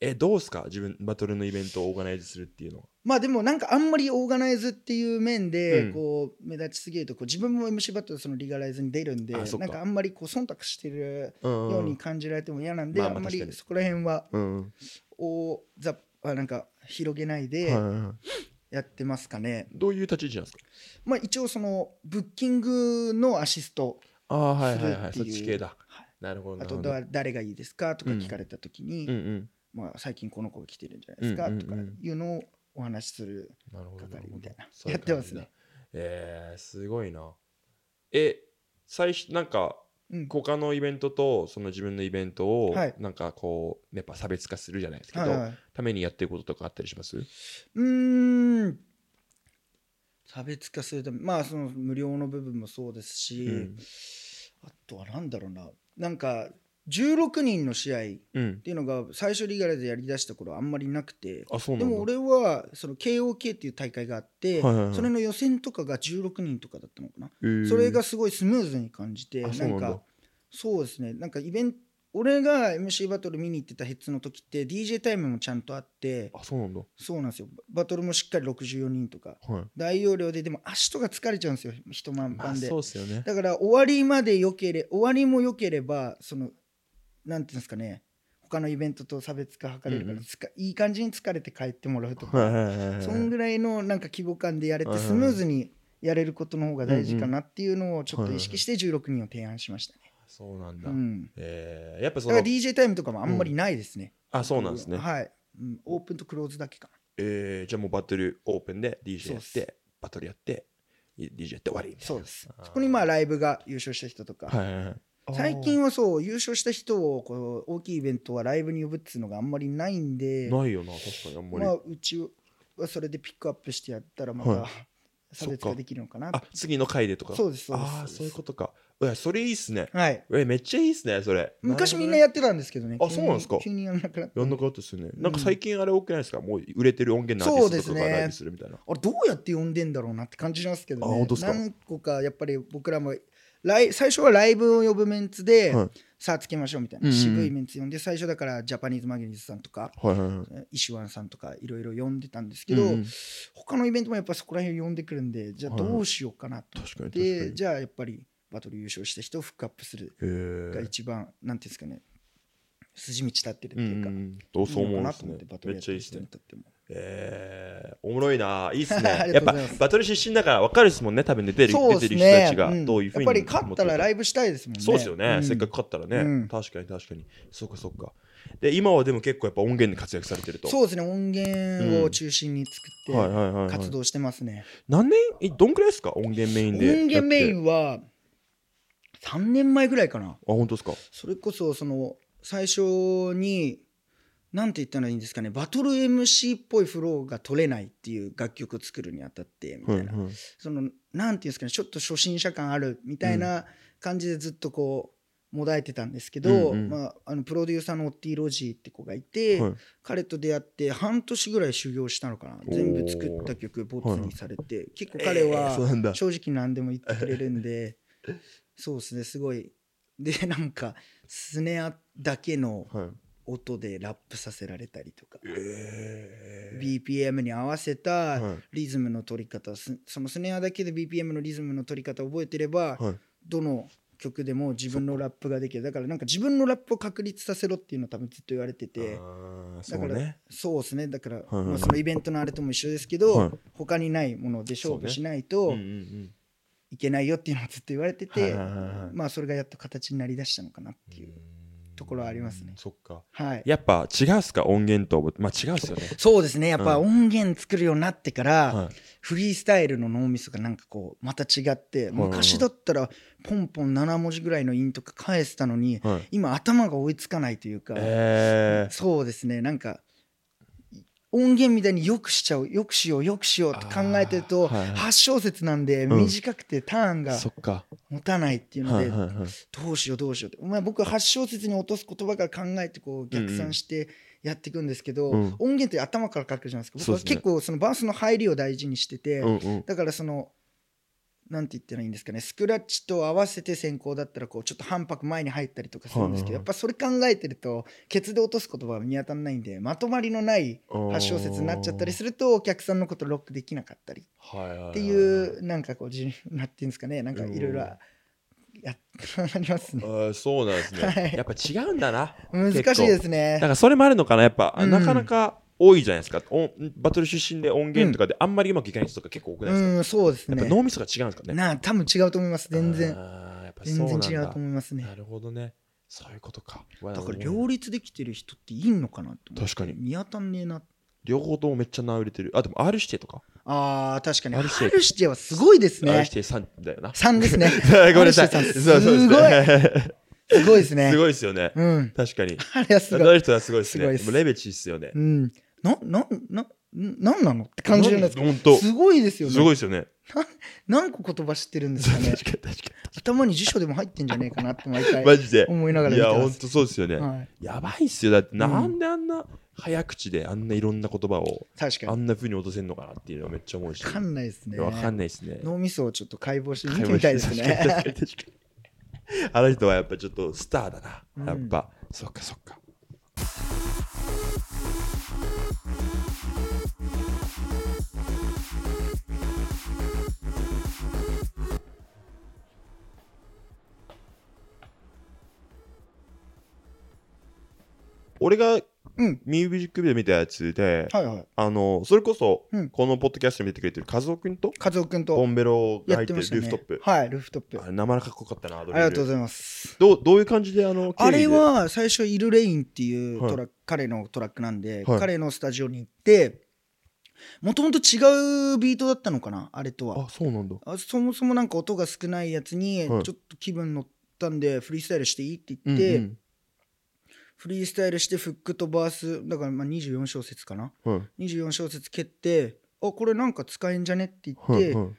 B: えどうっすか自分バトルのイベントをオーガナイズするっていうのは
A: まあでもなんかあんまりオーガナイズっていう面
B: う
A: で
B: ん
A: こう目立ちすぎるとこう自分も MC バトルそのリガライズに出るんで
B: あそっか
A: なんかあんまりこう忖度してる
B: うん
A: ように感じられても嫌なんで
B: ま
A: あ
B: あまあ
A: んま
B: 確か
A: り
B: に
A: そこら辺は
B: うんうん
A: 大ざあなんか広げないで
B: はいはいはい
A: やってますかね。
B: どういう立ち位置なんですか
A: まあ一応そのブッキングのアシスト
B: ああはいはいはい
A: す
B: そ
A: る
B: っ
A: っていう
B: ち系だ
A: はい
B: なるほど
A: あ
B: なる
A: と
B: ほど
A: だ誰がいいですかとか聞かれた時に、
B: うんうん
A: まあ、最近この子が来てるんじゃないですか
B: うん
A: とかいうのをお話しする
B: なるほどなる
A: 係
B: ほ
A: み
B: ど
A: たいな
B: そうう
A: やってますね
B: 感じだえーすごいなえ最初なんか
A: うん
B: 他のイベントとその自分のイベントを
A: はい
B: なんかこうやっぱ差別化するじゃないですけ
A: はいは
B: ど
A: い
B: ためにやってることとかあったりします
A: うーん差別化するためまあその無料の部分もそうですし、
B: うん
A: あとは何だろうななんか16人の試合っ
B: うん
A: ていうのが最初リーガライズやりだした頃あんまりなくて
B: あそう
A: で
B: なんだ
A: も俺はその KOK っていう大会があって、
B: はいはいはい
A: それの予選とかが16人とかだったのかな、
B: えー
A: それがすごいスムーズに感じて
B: あ
A: な
B: そうなん
A: ん
B: だ
A: かそうですねなんかイベント俺が MC バトル見に行ってたヘッズの時って DJ タイムもちゃんとあって
B: あそうなんだ
A: そうなんですよバトルもしっかり64人とか
B: はい
A: 大容量ででも足とか疲れちゃうんですよ人満
B: まあ
A: 帆で、
B: そうっすよね
A: だから終わりまでよけれ終わりもよければそのなんていうんですかね他のイベントと差別化図れるから、
B: うんうん
A: つかいい感じに疲れて帰ってもらうとか、
B: (laughs) はいはいはいはい
A: そんぐらいのなんか規模感でやれて、
B: はいはい
A: スムーズにやれることの方が大事かなっていうのをちょっ
B: はい
A: と
B: はい
A: 意識して16人を提案しましたね、
B: そうなん
A: う
B: だ
A: ん、
B: えーやっぱ
A: だ
B: そ
A: か
B: の
A: ら DJ タイムとかもあんまりないですね、
B: あそうなんですね
A: はい、うん、オープンとクローズだけかな
B: えー、じゃあもうバトルオープンで DJ やっ、
A: そうって
B: バトルやって、い DJ やって終わりみたいな。
A: そうです
B: あー
A: そこにまあライブが優勝した人とか、
B: はいはいはい。
A: 最近はそう優勝した人をこう大きいイベントはライブに呼ぶっていうのがあんまりないんで
B: ないよな、確かにあんまり。
A: まあうちはそれでピックアップしてやったらま
B: は
A: た
B: い
A: 差別
B: そっ
A: 化
B: か
A: できるのかな
B: あ、次の回でとか。
A: そうですそうです
B: ああ、そういうことか。いや、それいいっすね。
A: はい
B: え、めっちゃいいっすね、それ。
A: 昔みんな
B: や
A: やってたんですけどね
B: あ
A: 急に
B: そうなんですか
A: 急にやんなくなった
B: やんなくなったっすよね。なんか最近あれ多くないですかもう売れてる音源のアーティストとか
A: そうです
B: が
A: ね
B: ライブするみたいな。
A: あれどうやって呼んでんだろうなって感じなんですけど
B: あ本
A: ね
B: 当ですか
A: 何個かやっぱり僕らもライ最初はライブを呼ぶメンツで、
B: はい
A: さあつけましょうみたいな
B: うんうんうん
A: 渋いメンツ呼んで最初だからジャパニーズマグニズさんとか
B: はいはいはい。
A: イシュワンさんとかいろいろ呼んでたんですけど、
B: うんうん
A: 他のイベントもやっぱそこら辺呼んでくるんでじゃあどうしようかなと思
B: 確かに
A: っ
B: 確か
A: て、
B: に。
A: じゃあやっぱりバトル優勝した人をフックアップする
B: へ
A: が
B: ー
A: 一番、なんていうんですかね筋道立ってるって
B: うん
A: いう
B: う
A: か、い
B: ん。どうそう
A: い
B: 思
A: の
B: う
A: か
B: ん
A: な
B: で
A: と思って
B: すね
A: バ。トル
B: めっ
A: やっ
B: ちゃ
A: て
B: いい
A: る
B: っす
A: 人
B: ね
A: に。とっても
B: えー、おも
A: (laughs)
B: ろいな、いいっす
A: あ
B: ね。
A: り
B: や
A: がとうご
B: っぱ
A: ざいます
B: バトル出身だから分かるっすもんね、多分ね出てる
A: そう
B: 出
A: です
B: てる人た
A: ね
B: ちがどういうふうに、
A: んやっぱり勝ったらライブしたいですもんね
B: そうですよね、
A: うん
B: せっかく勝ったらね、
A: うん
B: 確かに確かに、そうかそうか。で、今はでも結構やっぱ音源で活躍されてると。
A: そうですね音源を中心に作
B: はい
A: っ
B: はいはい、
A: て
B: はい
A: 活。動してますね、
B: 何年、えどんくらいですか、音源メインで。
A: 音源メイ
B: ン。あ、
A: ンは3年前ぐらいかな
B: 本当ですか。
A: それこそその最初に何て言ったらいいんですかねバトル MC っぽいフローが取れないっていう楽曲を作るにあたってみた
B: はいい
A: な、
B: はい、
A: その何て言うんですかねちょっと初心者感あるみたいな感じでずっとこうもだえてたんですけど、
B: うんうん
A: まあ、あのプロデューサーのオッティ・ロジーって子がいて、
B: はい
A: 彼と出会って半年ぐらい修行したのかな
B: おー
A: 全部作った曲ボツにされて、結構彼
B: えーそう
A: は
B: なんだ
A: 正直何でも言ってくれるんでそうですねすごいでなんかスネアだけの
B: はい
A: 音でラップさせられたりとか、
B: え
A: BPM に合わせた
B: はい
A: リズムの取り方、すそのスネアだけで BPM のリズムの取り方を覚えてれば、
B: はい
A: どの曲でも自分のラップができるだからなんか自分のラップを確立させろっていうのを多分ずっと言われてて
B: あーそ
A: だか
B: う
A: ら
B: ね
A: そうですねだから、
B: はい
A: まあ、そのイベントのあれとも一緒ですけど、
B: はい
A: 他にないもので勝
B: そう
A: 負
B: ね
A: しないうと
B: んうん
A: いけないよっていうのをずっと言われて
B: はい
A: て、
B: はいはいはい
A: まあそれがやっと形になりだしたのかなっ
B: うん
A: ていう、ところはありますね
B: そっか
A: はい
B: やっぱ違うっすか音源とまあ違うっすよね
A: そうですねやっぱ
B: う
A: 音源作るようになってから、
B: はい
A: フリースタイルの脳みそがなんかこうまた違って
B: いはい
A: 昔だったらポンポン7文字ぐらいの韻とか返せたのに
B: はい
A: 今頭が追いつかないというか、
B: えー
A: そうですねなんか音源みたいによくしちゃうよくしようよくしようって考えてると
B: あーはいはい
A: 8小節なんで
B: うん
A: 短くてターンが
B: そっか
A: 持たないっていうの
B: はい
A: で
B: はいはい
A: どうしようどうしようってまあ僕は8小節に落とす言葉から考えてこう逆算してやっていくんですけど、
B: うん
A: 音源って頭から書くじゃないですか僕
B: そう
A: は
B: ですね
A: 結構そのバースの入りを大事にしてて、
B: うんうん
A: だからそのなんて言ったらいいんですかねスクラッチと合わせて先行だったらこうちょっと反拍前に入ったりとかするんですけど、
B: はいはいはい
A: やっぱそれ考えてるとケツで落とす言葉が見当たらないんでまとまりのない
B: 8
A: 8小節になっちゃったりするとお客さんのことロックできなかったり
B: っ
A: っていうなんかこう自由なっていうんですかねなんかいろいろやっありますね
B: あーそうなんですね、
A: はい
B: やっぱ違うんだな
A: 難しいです
B: だ
A: ね
B: からそれもあるのかなやっぱ、
A: うん
B: なかなか多いじゃないですかおバトル出身で音源とかであんまりうまくいかない人とか結構多くないうですか、
A: んそうです
B: やっ
A: ね
B: ぱ脳みそが違うんですかね
A: なあ多分違うと思います全然
B: あーやっぱそう
A: 全
B: なんだ
A: 然違うと思いますね
B: なるほどねそういうことかだ
A: だから両立できてる人っていいのかなと思って
B: 確かに
A: 見当たんねえな
B: 両方ともめっちゃ名売れてるあでも R 指定とか、
A: あー確かに
B: アルシェイ
A: ハルシチェはすごいです
B: R
A: ね
B: 指定さんだよな
A: 3ですね
B: (laughs) ご
A: ア
B: めんなさい
A: ルシェイさん
B: そうそう (laughs) ですね
A: すごいですね
B: すごいですよね
A: うん
B: 確かに
A: あれはす
B: あ
A: ごい
B: の人はすごいですね
A: すごいです
B: もうレベチですよね
A: うんななななんなのって感じるんですか
B: 本当
A: すごいですよ
B: すごい
A: ね
B: ですよね
A: 何個言葉知ってるんです
B: (laughs) 確
A: か
B: かに
A: ね
B: 確かに
A: 頭に辞書でも入ってんじゃねえかなって毎回
B: マジで。
A: 思いながら
B: い
A: 見
B: や、
A: て
B: ほ
A: ま
B: ん
A: す
B: とそうですよね。
A: はい
B: やばいっすよ。だって、
A: ん
B: なんであんな早口であんないろんな言葉を
A: 確
B: あ
A: かに
B: んな風に落とせんのかなっていうのはめっちゃ思うし。
A: わかんないですね
B: わかんないですね。
A: 脳みそをちょっと解剖して
B: 会話
A: 見てみたいです
B: 確かに
A: ね
B: 確かに確かに (laughs) あの人はやっぱちょっとスターだ
A: うん
B: な。やっぱ、そっかそっか。俺が
A: うん
B: ミュージックビデオ見たやつで、
A: はいはい
B: あのそれこそ、
A: うん
B: このポッドキャストに出てくれてる和夫君と
A: 和夫君
B: ボ
A: と
B: ンベロが
A: やっ
B: 入ってて
A: ま
B: る
A: した
B: ルー
A: ね
B: フトップ、
A: はいルーフトップ
B: あ
A: あ
B: れ生々かっこよかったなあ
A: りがとうご
B: い
A: ざいます
B: どうどういう感じであの
A: あれ
B: 経緯
A: は最初「イルレイン」っていうトラック、彼のトラックなんで、
B: はい
A: 彼のスタジオに行ってもともと違うビートだったのかなあれと
B: で
A: は
B: あそうなんだ
A: あそもそもなんか音が少ないやつに
B: はい
A: ちょっと気分乗ったんでフリースタイルしていいって言って、
B: うんうん
A: フリースタイルしてフックとバースだからまあ24小節かな
B: はい
A: 24小節蹴ってあこれなんか使えんじゃねって言って、
B: はいは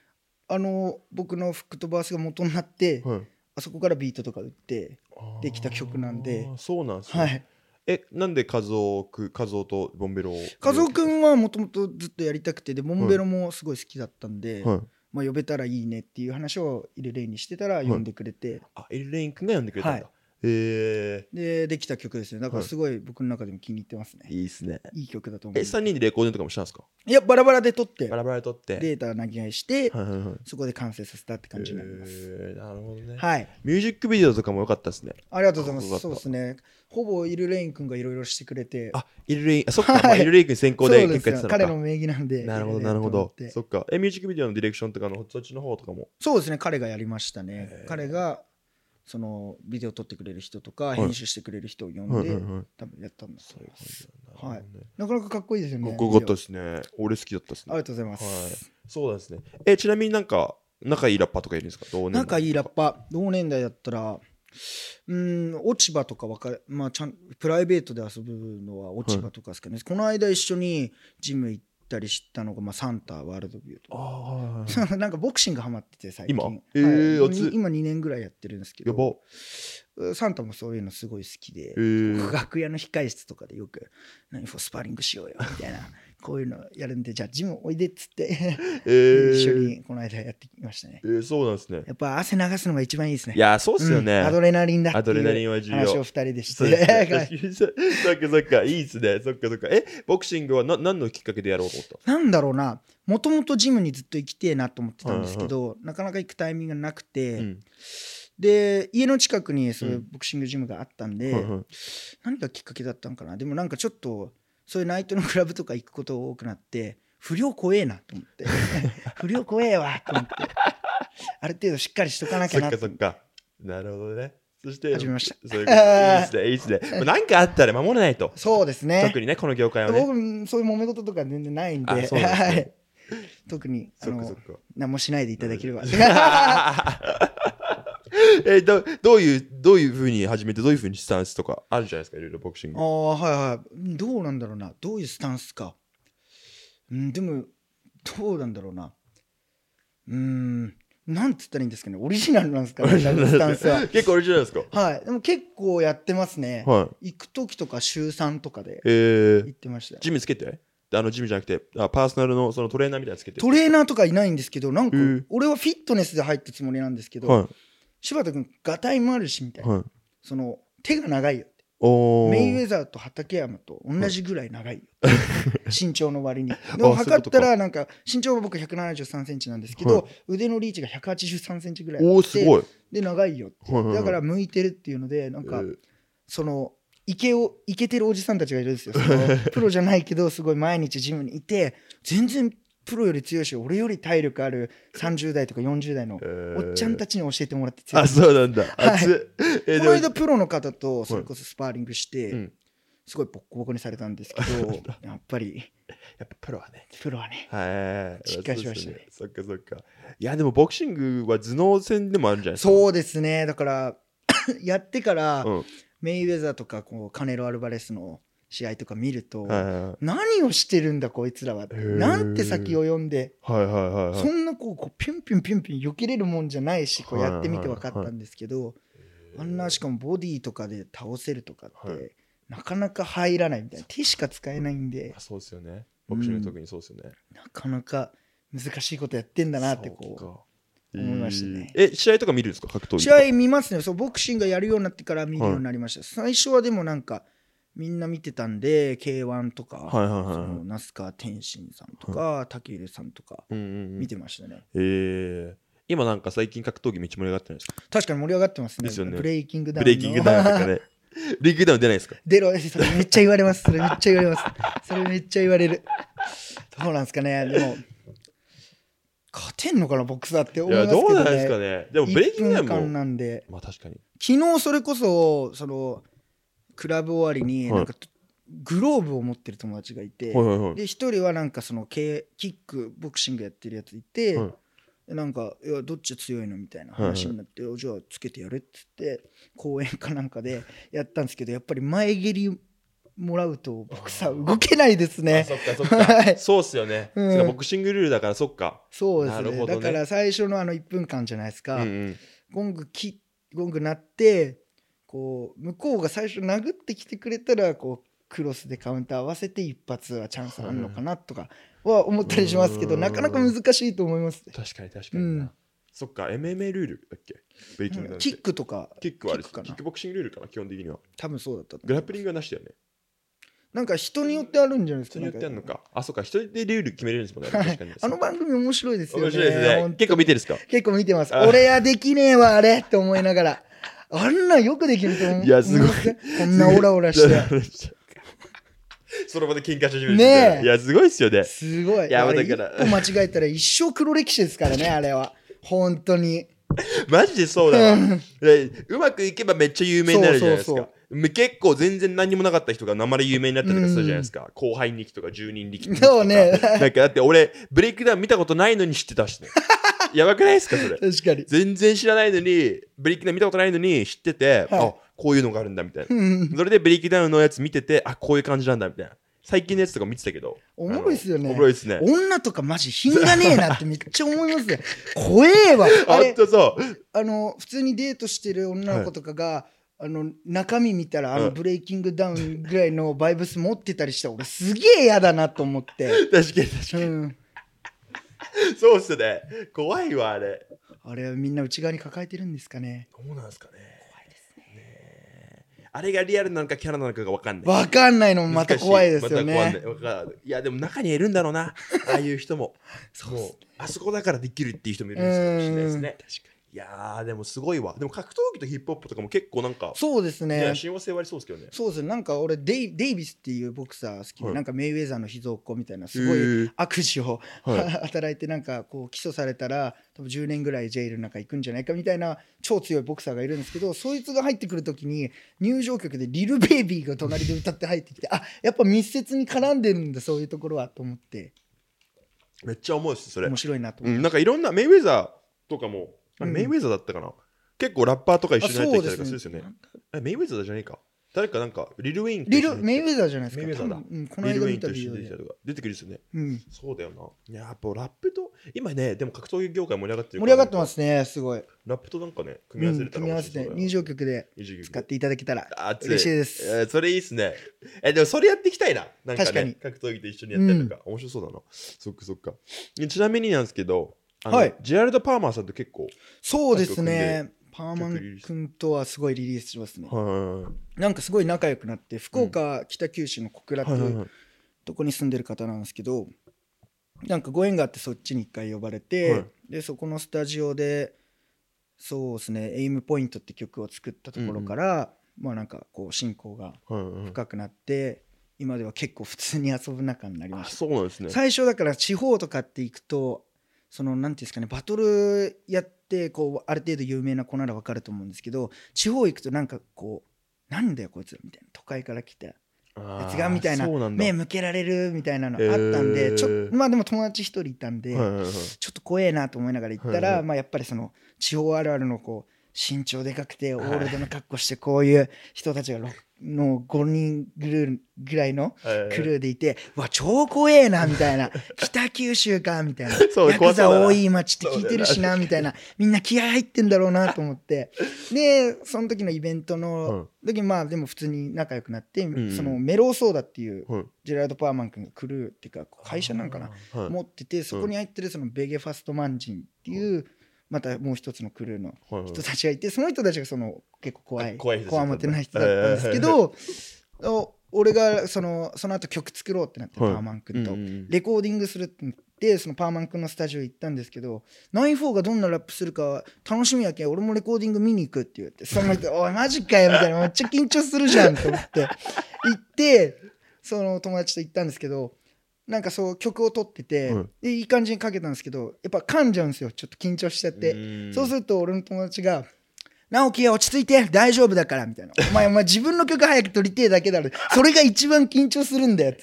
A: あの僕のフックとバースが元になって、
B: いはい
A: あそこからビートとか打って
B: あー
A: できた曲なんで
B: そうなんですね、
A: はい
B: えなんで和夫く和夫とボンベロを
A: 和夫くんはもともとずっとやりたくてでモンベロもすごい好きだったんで、
B: はい
A: まあ、呼べたらいいねっていう話をイレレイにしてたら
B: い
A: 呼んでくれて、
B: あエルレインくんが呼んでくれたんだ、
A: はい
B: え
A: でできた曲ですねだから
B: はい
A: すごい僕の中でも気に入ってますね、
B: ー、いいっすね
A: い、い曲だと思
B: え
A: う
B: 3人でレコーディングとかもしたんですか
A: いやバラバラで撮って
B: バラバラで撮って
A: データ投げ合いして、
B: はいはいはい
A: そこで完成させたって感じになります、
B: えーなるほどね、
A: はい
B: ミュージックビデオとかも良かったですね
A: ありがとうございま
B: かっ
A: す
B: こ
A: そ
B: よ
A: う
B: か
A: で
B: っ
A: す
B: た
A: ねほぼイルレインくんがいろいろしてくれて
B: あイルレインあそっか、まあ
A: はい
B: イルレインくん先行で
A: そうで
B: 結
A: す
B: 果
A: よ彼
B: やってたのか
A: の名義なんで
B: なるほど、
A: イ
B: な
A: ルレイ
B: る
A: ン
B: ほ
A: と思
B: ど
A: っ。て
B: そっか。え、ミュージックビデオのディレクションとかのそっちの方とかも。
A: そうですね彼がやりましたね、
B: へー
A: 彼がそのビデオ撮ってくれる人とか
B: い
A: 編集してくれる人を呼んで、
B: はいはいはい。
A: 多分やったんだと
B: そうい
A: 思い
B: う
A: ま
B: 感じ
A: す
B: だな
A: はい
B: るほどね
A: なかなかかっこいいですよね
B: かっこよかった
A: ビ
B: ですね。俺好きだったです
A: デオありが
B: ね。
A: とうございます、
B: そうなんですね。え、ちなみになんか、仲いいラッパーとかいるんですか同年代
A: 仲いいラッパー同年代だったらうーん落ち葉とかわかるまあちゃんプライベートで遊ぶのは落ち葉とかですかね、この間一緒にジム行ったりしたのが、まあ、サンタワールドビューと
B: あ
A: か
B: あ、はいはいは
A: (laughs)
B: い
A: なんかボクシングハマってて最近
B: 今
A: はい
B: えー
A: もう
B: 熱い
A: に今2年ぐらいやってるんですけど
B: やば。
A: うサンタもそういうのすごい好きで、
B: ー
A: 楽屋の控え室とかでよく「何フォースパーリングしようよ」みた
B: (laughs)
A: いなこういうのやるんでじゃあジムおいでっつって
B: え
A: 一緒
B: ー
A: にこの間やってきましたね
B: えー、そうなんですね。
A: やっぱ汗流すのが一番いいですね
B: いや、そうっすよね。
A: うんアドレナリンだ
B: ア
A: って
B: ドレナリ
A: いう
B: ンは重要。
A: 話を二人でし
B: そうですね
A: て
B: そっかそっか、いいっすね。そっかそっか。え、ボクシングはな何のきっかけでやろうと思っ
A: (laughs)
B: た
A: なんだろうなもともとジムにずっと行きてえなと思ってたんですけど、なかなか行くタイミングがなくて、
B: うん
A: で家の近くにそういううんボクシングジムがあったんで、
B: はいはい
A: 何がきっかけだったのかなでもなんかちょっとそういうナイトのクラブとか行くことが多くなって不良怖えなと思って (laughs) 不良怖えわと思ってある程度しっかりしとかなき
B: そ
A: ゃ
B: っ
A: な
B: か
A: と
B: そっか。なるほどね。そして、
A: 始めました
B: (laughs) そういうこといいっすね、いいっ
A: (laughs)
B: すね。何かあったら守らないと。
A: そうですね
B: 特にね、この業界はね。
A: 僕そういう揉め事とか全然ないんで
B: あそうなんですね
A: はい特にあ
B: そっかそ
A: の
B: っか。
A: 何もしないでいただけれ
B: (laughs)
A: ば
B: えどどういうどういうふうに始めてどういうふうにスタンスとかあるじゃないですかいろいろボクシング
A: ああはいはいどうなんだろうなどういうスタンスかうんでもどうなんだろうなうーんなんつったらいいんですかねオリジナルなんですかねスタンスは
B: (laughs) 結構オリジナルですか
A: はいでも結構やってますね、
B: はい
A: 行く時とか週3とかで
B: えー
A: 行ってましたよ
B: ジムつけてあのジムじゃなくてあパーソナルのそのトレーナーみたいなのつけて
A: トレーナーとかいないんですけどなんか
B: うん
A: 俺はフィットネスで入ったつもりなんですけど、
B: は
A: 柴田君ガタイもあるしみたい
B: い
A: な、
B: はい
A: その手が長いよ
B: おー
A: メイウェザーと畠山と同じぐらい長いよ、身長の割に。で
B: (laughs) あ
A: も
B: そういう
A: 測
B: こ
A: っ
B: とか
A: たら、なんか身長は僕173センチなんですけど、
B: は
A: 腕のリーチが183センチぐらいあって
B: おーすごい
A: で、長いよって。
B: はいはいはい
A: だから向いてるっていうので、なんか、その、イケをイケてるおじさんたちがいるんですよ。
B: (laughs)
A: そのプロじゃないけど、すごい毎日ジムにいて、全然プロより強いし、俺より体力ある30代とか40代の
B: えー
A: おっちゃんたちに教えてもらって強い
B: あそうなんだ
A: はい
B: 熱い
A: こ
B: えーで
A: の
B: も
A: 間プロの方とそれこそスパーリングして、
B: うん
A: すごいボッコボコにされたんですけ
B: (laughs)
A: どやっぱり
B: やっぱプロはね
A: プロはね
B: はい
A: しっかりしましたね
B: そうですそっかそっかいやでもボクシングは頭脳戦でもあるんじゃないですか
A: そうですねだから (laughs) やってから、
B: うん
A: メイウェザーとかこうカネロ・アルバレスの試合とか見ると、
B: はいはいはい
A: 何をしてるんだこいつらは
B: ー
A: なんて先を読んで
B: はいはいはいはい
A: そんなこうこうピュンピュンピュンピュン避けれるもんじゃないしこう
B: はい
A: やってみて分かったんですけど、あんなしかもボディとかで倒せるとかって、
B: はい
A: なかなか入らないみたいな手しか使えないんで
B: あそうですよねボクシング特にそうですよね
A: なかなか難しいことやってんだなってこ
B: う
A: 思いましたね
B: え試合とか見るんですか格闘
A: う
B: 技
A: 試合見ますねそうボクシングやるようになってから見るようになりました、最初はでもなんかみんな見てたんで k 1とか、
B: はいはいはい
A: そ
B: はい
A: の那須川天心さんとか、武入さんとか
B: うんうんうん
A: 見てましたね、
B: えー今なんか最近格闘技めっちゃ盛り上がってないですか
A: 確かに盛り上がってますね
B: ですよね
A: ブレイキングダウ
B: ブ
A: ン
B: レイキングダウンと
A: (laughs)
B: かねリングダウン出ないですか
A: 出ろそれめっちゃ言われますそれめっちゃ言われますそれめっちゃ言われるどうなんですかねでも勝てんのかなボクサーって
B: い
A: 思いま
B: や
A: すけ
B: ど
A: ど、ね、
B: うなんですかねでもブレイキングダウ
A: 1
B: ン
A: 分間
B: も
A: なんで
B: まあ確かに
A: 昨日それこそそのクラブ終わりに
B: はい
A: なんか、グローブを持ってる友達がいて、
B: はいはいはい
A: で一人はなんかそのケイキックボクシングやってるやついて、
B: はい
A: でなんか「いやどっち強いの?」みたいな話になって「じゃあつけてやる」っつって公園かなんかでやったんですけどやっぱり前蹴りもらうとボクサー動けないです
B: あ
A: ね
B: そっかそっ
A: (laughs) はい
B: かそうっすよね
A: うん
B: そっかボクシングルールだからそっか
A: そうです
B: なる
A: ね
B: ほど
A: だ
B: ね
A: から最初のあの1分間じゃないです
B: う
A: か、
B: んうん
A: ゴングきゴング鳴ってこう向こうが最初殴ってきてくれたらこうクロスでカウンター合わせて一発はチャンスあるのかなとかは思ったりしますけど
B: うん
A: なかなか難しいと思いますね
B: 確かに確かに
A: う
B: なんそっか MMA ルールだっけブレイキングダウンって
A: キックとか
B: キックはあれ
A: キック
B: キ
A: かな
B: ックボクシングルールかな基本的には
A: 多分そうだったと
B: グラップリングはなしだよね
A: なんか人によってあるんじゃないですか
B: 人によってやん
A: な
B: の
A: ん
B: かあそっか人でルール決めれるんですもんね
A: はい
B: 確かに
A: あの番組面白いですよね
B: 面白いです
A: 本
B: ね
A: 当
B: 結構見てるんですか
A: 結構見てます
B: あ
A: 俺はできねえわあれって思いながらあんなよくできると思う
B: いやすごい
A: 思ませんこんなオラオラして
B: (laughs) その場で喧嘩し始める
A: ねえ
B: いやすごいっすよね
A: すごい。
B: いや
A: あれ
B: だから
A: 一歩間違えたら一生黒歴史です
B: (laughs)
A: からね、あれは。本当に。
B: マジでそうだ
A: (laughs)
B: わでうまくいけばめっちゃ有名になるじゃないですか
A: そうそ
B: め結構全然何にもなかった人が名前で有名になったりとかするじゃないですか、後輩力とか10人力とか
A: そうね
B: なんかだって俺ブレイクダウン見たことないのに知って
A: (laughs)
B: たしねやばくないですかそれ
A: 確かに。
B: 全然知らないのにブレイクダウン見たことないのに知ってて、
A: はい
B: あこういうのがあるんだみたいな
A: うん
B: それでブレイキダウンのやつ見てて、あ、こういう感じなんだみたいな。最近のやつとか見てたけど。
A: おもろいっすよね
B: あのおもろいっすね。
A: 女とかマジ品がねえなってめっちゃ思いますね。怖えわ。あ
B: (laughs) あほん
A: れ、
B: とそう。
A: あの、普通にデートしてる女の子とかが、あの中身見たらあ
B: う
A: の
B: ん
A: ブレイキングダウンぐらいのバイブス持ってたりしたら俺すげえ嫌だなと思って、
B: 確かに確か
A: うん、
B: に。そうっすね。怖いわ、あれ。
A: あれはみんな内側に抱えてるんですかね
B: どうなんすかね。怖いですね。あれがリアルなのかキャラなのかがわかんない。
A: わかんないのもまた
B: 難し
A: 怖いですよ
B: また
A: ね、
B: 怖いねわかいや、でも中にいるんだろうな。ああいう人も。
A: (laughs) そうっす
B: もう、あそこだからできるっていう人もいるんですかもしれないです
A: うん
B: ね。いやー、でもすごいわ。でも格闘技とヒップホップとかも結構なんか、
A: そうですね
B: ね、親和性はありそうですけどね。
A: そうですねなんか俺デイデイビスっていうボクサー好きで、
B: はい
A: なんかメイウェザーの秘蔵っ子みたいなすごい悪事を、
B: はい
A: 働いてなんかこう起訴されたら多分10年ぐらいジェイルなんか行くんじゃないかみたいな超強いボクサーがいるんですけどそいつが入ってくる時に入場曲で「リルベイビー」が隣で歌って入ってきてあやっぱ密接に絡んでるんだそういうところはと思って
B: めっちゃ重いです、それ
A: 面。白いなと
B: う
A: 思って、
B: ん、なんかいろんな、メイウェザーとかも、あ
A: うん
B: メイウェザーだったかな。結構ラッパーとか一緒に
A: あ
B: 入ってきたりとかす
A: そ
B: るん
A: う
B: ですよ
A: ね
B: ね。えメイウェザーじゃねえか。誰かなんか、リルウィーンと
A: リ
B: 一緒
A: ル
B: に
A: メイウェザーじゃないです
B: メイウェ
A: か
B: ザーだ
A: 多分うんこの
B: リ
A: 間
B: ルウィー
A: 見
B: ンと
A: たビ
B: 一
A: デ
B: 緒
A: オ
B: に出
A: で
B: てきたりとか出てくるんですよね。
A: うん
B: そうだよな。いややっぱラップと、今ね、でも格闘技業界盛り上がってる。
A: 盛り上がってますすねすごい、
B: ラップとなんかね、組み合
A: う
B: わせ
A: ん、
B: れた
A: 組み合わせて入場曲で使っていただけたら
B: あ熱い
A: 嬉しいです
B: えーそれいいっすね。え、でもそれやっていきたいな。なんかね、
A: 確かに
B: 格闘技と一緒にやったりとか、面白そうだな。そっかそっか。えちなみになんですけど、あの
A: はい
B: ジェラルド・パーマーさんと結構、
A: そうですね。パーマン君とはすごいリリースしますね。
B: は
A: なんかすごい仲良くなって、福岡、北九州の小倉
B: い
A: って
B: はいはいいうはい。
A: とこに住んでる方なんですけど、なんかご縁があってそっちに一回呼ばれて、
B: はい
A: で、そこのスタジオで、そうですね、エイムポイントって曲を作ったところから、まあなんかこう進行が
B: はいはいはい
A: 深くなって、今では結構普通に遊ぶ仲になりま
B: あ、
A: した。
B: そうなんですね。
A: 最初だから地方とかって行くとそのなんていうんですかねバトルやってこうある程度有名な子なら分かると思うんですけど地方行くとなんかこうなんだよこいつらみたいな都会から来たや
B: あ
A: つ
B: ー
A: がみたいな
B: そうなんだ。
A: 目向けられるみたいなのあ
B: へ
A: っ
B: ー
A: たんで、ちょまあでも友達一人いたんで、
B: はいはいはい
A: ちょっと怖えなと思いながら行ったら、
B: はいはい
A: まあやっぱりその地方あるあるのこう身長でかくてオ
B: はい
A: ールドの格好してこういう人たちがろの5人ぐるぐらいの
B: はいはい
A: クルーでいて、うわ、超怖えな、みたいな。
B: (laughs)
A: 北九州か、みたいな。
B: そう
A: ヤ
B: 怖
A: ク
B: そ
A: ザ
B: うだな
A: 多い町って聞いてるしな、みたいな。みんな気合入ってんだろうなと思って。で、その時のイベントの時、まあでも普通に仲良くなって、
B: んうん
A: そのメローソーダっていう
B: はい
A: ジェラード・パーマン君がクルーっていうか会社なんかな、
B: はい
A: 持ってて、そこに入ってるそのベゲファストマンジンっていう、またもう一つのクルーの
B: はいはい
A: 人たちがいてその人たちがその結構怖い
B: あ怖い人たち
A: こわもてない人だったんですけど、お俺がそのその後曲作ろうってなって、
B: はい
A: パーマン君と、
B: うんうん
A: レコーディングするってなってそのパーマン君のスタジオ行ったんですけどナインフォーがどんなラップするか楽しみやけん俺もレコーディング見に行くって言ってその
B: (laughs)
A: 人「おいマジかよ」みたいなめっちゃ緊張するじゃんと思って行ってその友達と行ったんですけどなんかそう曲を撮ってて、
B: はい
A: でいい感じにかけたんですけどやっぱ噛んじゃうんですよちょっと緊張しちゃって。
B: ん
A: そうすると俺の友達が「直樹落ち着いて大丈夫だから」みたいな「お前お前自分の曲早く撮りてえだけだろそれが一番緊張するんだよ」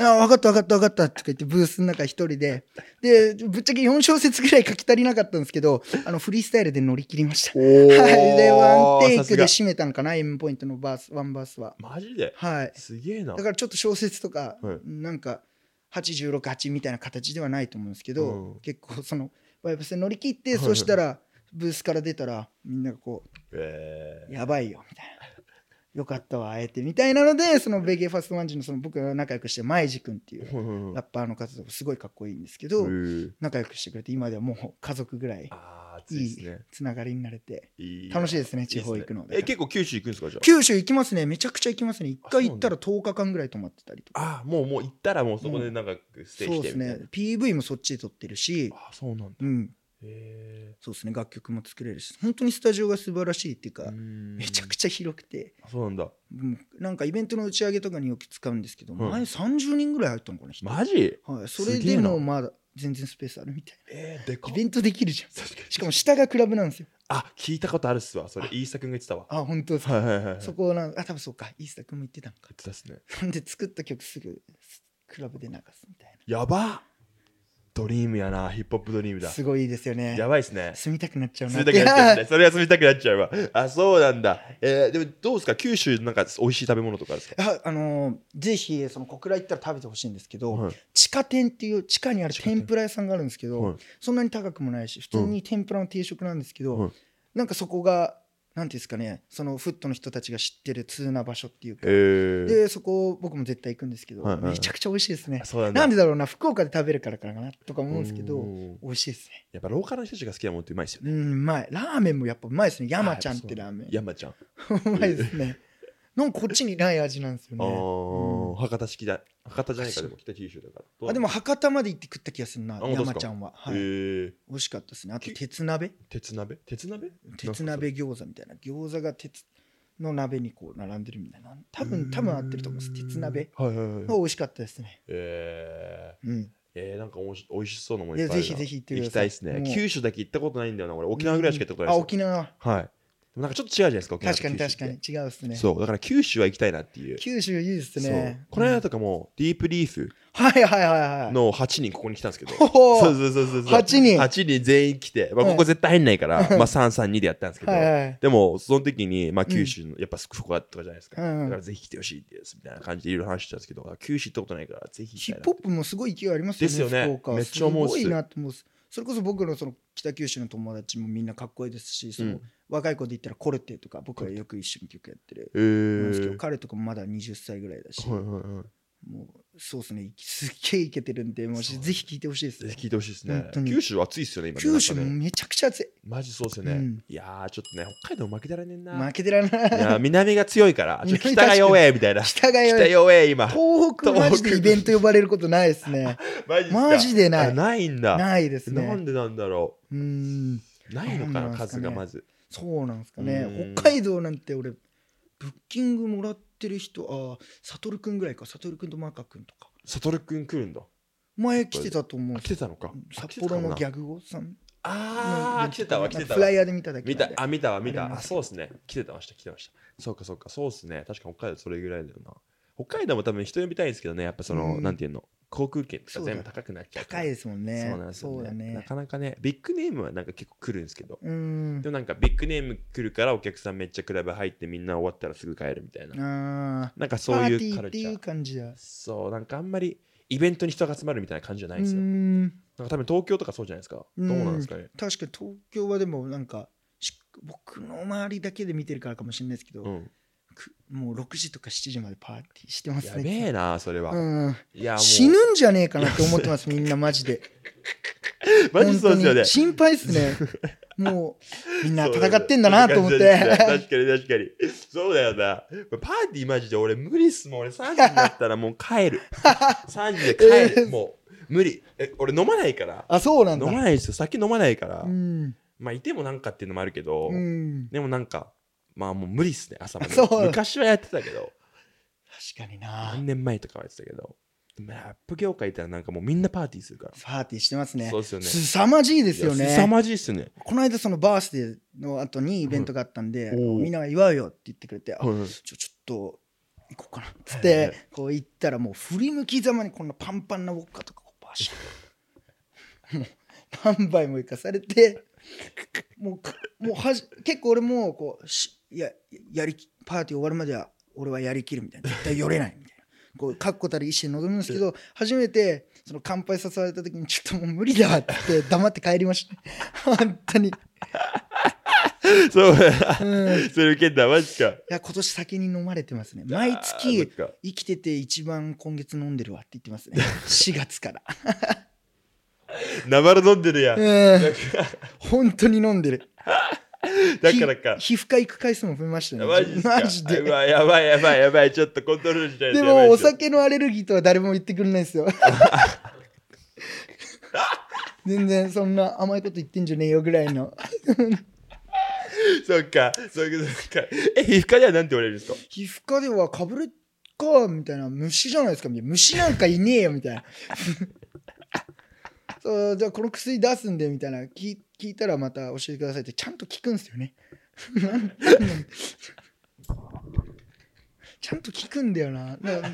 A: あ分かった分かった分かった」とか言ってブースの中一人ででぶっちゃけ4小節ぐらい書き足りなかったんですけどあのフリースタイルで乗り切りました
B: お
A: はいでワンテイ
B: さす
A: クで
B: が
A: 締めたのかな M ポイントのバースワンバースは
B: マジで
A: はい
B: すげえな
A: だからちょっと小説とか、
B: はい
A: なんか868みたいな形ではないと思うんですけど、
B: うん
A: 結構そのバイブスで乗り切って、
B: はい
A: そしたらブースから出たらみんながこう
B: え
A: 「やばいよ」みたいな「よかったわ会えて」みたいなのでそのベゲファストマンジのその僕が仲良くしてるマイジ君ってい
B: ー
A: う
B: はいはいはい
A: ラッパーの方とかすごいかっこいいんですけど、
B: うー
A: 仲良くしてくれて今ではもう家族ぐらい
B: あー暑
A: い
B: いです
A: い
B: ね
A: つながりになれて
B: いい
A: 楽しい
B: で
A: ですね地方行くの
B: え、結構九州行くんですかじゃあ。
A: 九州行きますねめちゃくちゃ行きますね一回行ったら10日間ぐらい泊まってたりとか。
B: ああ、もうもう行ったらもうそこでなんかステイ
A: そうで
B: して
A: す
B: みたい
A: ね
B: な。
A: PV もそっちで撮ってるし
B: ああ、そうなんだ。
A: うん
B: へ
A: そうですね楽曲も作れるし本当にスタジオが素晴らしいっていうか、
B: え。
A: め
B: め
A: ちゃくちゃ広くて、
B: ゃ。そうなんだ。
A: うんなんかイベントの打ち上げとかによく使うんですけど、
B: ん
A: 前30人ぐらい入ったのかな人、
B: マジ
A: はい、それ
B: すげえ
A: で
B: な
A: もまだ全然スペースあるみたい
B: えー、でか
A: な
B: っ
A: イベントできるじゃん
B: 確かに
A: しかも下がクラブなんですよ
B: あ、聞いたことあるっすわ。それ、
A: あ
B: イーサ君が言ってたわ。
A: あ本当ですか、
B: はいはいはい。
A: そ
B: 言
A: こなんあ多分そうかイースター君も言ってたのか (laughs)
B: ってたっすね。
A: なんで作った曲すぐクラブで流すみたい
B: やばっドリームやな。ヒップホップドリーム
A: な
B: だ。
A: すごいいいですよね
B: やばいっすね。
A: 住みたくなっちゃう
B: 住
A: な
B: みたくなっちゃう
A: い
B: ね。
A: や
B: それは住みたくなっちゃうわ。あ、そうなんだ。えー、でもどうですか九州なんか美味しい食べ物とかあるんですか
A: (laughs) ああのーぜひその小倉行ったら食べてほしいんですけど、
B: はい
A: 地下店っていう地下にある
B: 下店
A: 天ぷら屋さんがあるんですけど、
B: はい
A: そんなに高くもないし普通に天ぷらの定食なんですけど、
B: はい
A: なんかそこがなんていうんですかねそのフットの人たちが知ってる通な場所っていうか、
B: ええ。
A: でそこ僕も絶対行くんですけど、
B: はいはい
A: めちゃくちゃ美味しいですね
B: そうなんだ。
A: なんでだろうな福岡で食べるからかなとか思うんですけ
B: う
A: ど
B: ん
A: 美味しいですね
B: やっぱローカルの人たちが好きなものってうまいですよ
A: う
B: ね。
A: んうまいラーメンもやっぱうまいですね山ちゃんってラーメン
B: 山ちゃん。
A: うまいですねなんかこっちにない味なんですよ
B: あ
A: ね
B: ー博多式だ。博多じゃないか、
A: 博多式
B: でも北九州だから。
A: あでも、博多まで行って食った気がするな
B: あ本当です
A: 山
B: か
A: ちゃんは、はい
B: ええ。
A: 美味しかったですねあと鉄鍋
B: 鉄鍋鉄鍋
A: 鉄鍋餃子みたいな餃子が鉄の鍋にこう並んでるみたいな多分多分合ってると思います鉄鍋。
B: はいはいはい
A: が
B: はい。
A: 美味しかったですね
B: ええ。
A: うん
B: えー、なんかおもし美味しそうなもん
A: い
B: い
A: や
B: っぱいあ
A: ぜ
B: るな
A: ひぜひ行ってく
B: 行
A: だ
B: きた
A: さ
B: い
A: い
B: ですね
A: もう
B: 九州だけ行ったことないんだよな俺沖縄ぐらいしか行ったことな
A: あ
B: いですよ、
A: 沖縄
B: はいでもなんかちょっと違うじゃないですか沖縄
A: 確かに
B: と九
A: 確
B: 州
A: か
B: って
A: に違うですね
B: そうだから九州は行きたいなっていう
A: 九州いいですね
B: そうこの間
A: と
B: とかもディープリーフ
A: はいはいはいはい
B: の8人ここに来たんですけど、
A: ほ
B: そう
A: う
B: そうそうそうそう
A: 八人
B: 8人全員来て、まあ、
A: うん
B: ここ絶対入んないから、
A: うん
B: まあ332でやったんですけど、
A: はいはい
B: でもその時に、まあ、九州の、やっぱ福岡とかじゃないですか、
A: うんうん
B: だからぜひ来てほしいですみたいな感じでいろいろ話してたんですけど九州行ったことないからぜひ行き
A: ヒ
B: た
A: ッ
B: いな
A: プホップもすごい勢いありますよね
B: ですよね
A: 福岡
B: めっちゃ思うっす
A: すごいなって思うっすそれこそ僕のその北九州の友達もみんなかっこいいですしその、
B: うん
A: 若い子で言ったらコルテとか僕がよく一緒に曲やってる
B: え
A: なんですけど
B: ー
A: 彼とかもまだ20歳ぐらいだし、
B: はいはいはい
A: もうそうですねすっげえいけてるんでもう
B: そう
A: ぜひ聴いてほしいです
B: ぜひ聞いてほしいですね
A: 本当。に
B: 九州暑いっすよね、今ね。
A: 九州も
B: なんかね
A: めちゃくちゃ暑い
B: マジそうっすよね。
A: うん
B: いやー、ちょっとね、北海道負けたらねんな。
A: 負けてらんない
B: やー、南が強いから、ちょっと
A: 南
B: 北が弱えみたいな。
A: い下が
B: 北
A: よ
B: 弱え、今。
A: 東北マジでイベント呼ばれることないですね
B: マジっすか
A: マジでない
B: あないんだ。
A: ないです
B: な
A: ね
B: んでなんだろ
A: うーん
B: う。ないのか
A: なんな
B: な、
A: んすか
B: 数
A: ね
B: がまず。
A: そうなんですか
B: うん
A: ね北海道なんて俺ブッキングもらってる人ああサトルくんぐらいかサトルくんとマカくんとか
B: サトルくん来るんだ。
A: 前来てたと思う
B: あ
A: んで
B: 来
A: す
B: てたのか。あ
A: 札幌のギ
B: 来てたかも
A: ャ
B: な
A: グ王さん
B: あー、来てたわ、来てた
A: フラ
B: わ
A: イ。ヤーで見ただけ
B: 見
A: な
B: た
A: んで、
B: あ、見たわ、見
A: あ
B: た。
A: り
B: あ、
A: ます
B: そうっすね。来てたました、来てました。そうか、そうか、そうっすね。確か北海道それぐらいだよな。北海道も多分人呼びたいんですけどね、やっぱその、
A: うん
B: なんていうの、航空券とか
A: そうだ
B: 全部高くなっちゃうから。
A: 高いですもんね
B: そうなんですよ、ね。
A: そうだ
B: な
A: ね
B: かなかね、ビッグネームはなんか結構来るんですけど。
A: うーん
B: でもなんかビッグネーム来るからお客さんめっちゃクラブ入ってみんな終わったらすぐ帰るみたいな。
A: あ
B: なんか
A: そ
B: そう
A: う
B: いう
A: いう
B: カ
A: カ
B: ル
A: ル
B: チ
A: チャーパーティーっていう
B: ャー。
A: 感じだ。
B: そう、なんかあんまりイベントに人が集まるみたいな感じじゃな
A: う
B: いんですよ。
A: ーん
B: なんか多分東京とかそうじゃないですか。どうなんですかね。
A: 確かに東京はでもなんかし僕の周りだけで見てるからかもしれないですけど、
B: うん。
A: くもう6時とか7時までパーティーしてます
B: や
A: ね。
B: べえな、それは。
A: うん、
B: いや、もう。
A: 死ぬんじゃねえかなって思ってますみんなマジで。
B: (laughs) マジそうです
A: 本当
B: よね
A: に。心配です
B: (laughs)
A: ね。もうみんな戦ってんだなと思っ
B: そういう感じ
A: て。
B: だ確かに確かに。そうだよな。パーティーマジで俺無理っすもん。俺3時になったらもう
A: (laughs)
B: 帰る。3時で帰る。もう無理。え、俺飲まないから。
A: あそうなんだ。
B: 飲まないですよ。酒飲まないから
A: う。ん
B: まあいてもなんかっていうのもあるけど
A: う、ん、
B: でもなんか、まあもう無理っすね、朝まで
A: あ (laughs) そう。
B: 昔はやってたけど、
A: 確かにな
B: 何。年前とかはやってたけど、でもラップ業界いたらなんかもうみんなパーティーするから。
A: パーティーしてますね
B: そう。ですよね。
A: すさまじいですよ
B: いや
A: ね。
B: 凄まじいっすよね。
A: この間そのバースデーの後にイベントがあったんで、
B: うんおう
A: みんなが祝うよって言ってくれて、あ
B: はいはい
A: ちょちょっと行こうかなっつっ
B: はいは
A: てこう行ったらもう振り向きざまにこんなパンパンなウォッカとかこうバシッもう何杯も行かされてもうかもうはじ結構俺もこうしいややりきパーティー終わるまでは俺はやりきるみたいな絶対寄れないみたいなこう確固たる意思で臨むんですけど初めてその乾杯誘われた時にちょっともう無理だわって言って黙って帰りました (laughs) 本当に、
B: そ
A: う
B: う、
A: ん、い
B: それ受けた、マジか。
A: や今年酒に飲まれてますね毎
B: あーそっ
A: 月
B: か
A: 生きてて一番今月飲んでるわって言ってます
B: (laughs)
A: ね4月から
B: なまら飲んでるやん。
A: うん (laughs) 本当に飲んでる
B: だからか。
A: ひ皮膚科行く回数も増えましたね
B: マジっすか
A: マジ
B: う
A: で
B: わやばいやばいやばい。ちょっとコントロールしないと
A: で
B: やばい
A: もお
B: すよ
A: 酒のアレルギーとは誰も言ってくれないです
B: (laughs)
A: よ全然そんな甘いこと言ってんじゃねえよぐらいの
B: そっか。そういうことそっか。え、皮膚科ではなんて言われるん
A: (laughs)
B: ですか
A: 皮膚科ではかぶれっかみたいな虫じゃないですかみたいな虫なんかいねえよみたいな (laughs) そうじゃあこの薬出すんでみたいな聞聞いたらまた教えてくださいってちゃんと聞くんですよね (laughs) なんなんちゃんと聞くんだよなだからだか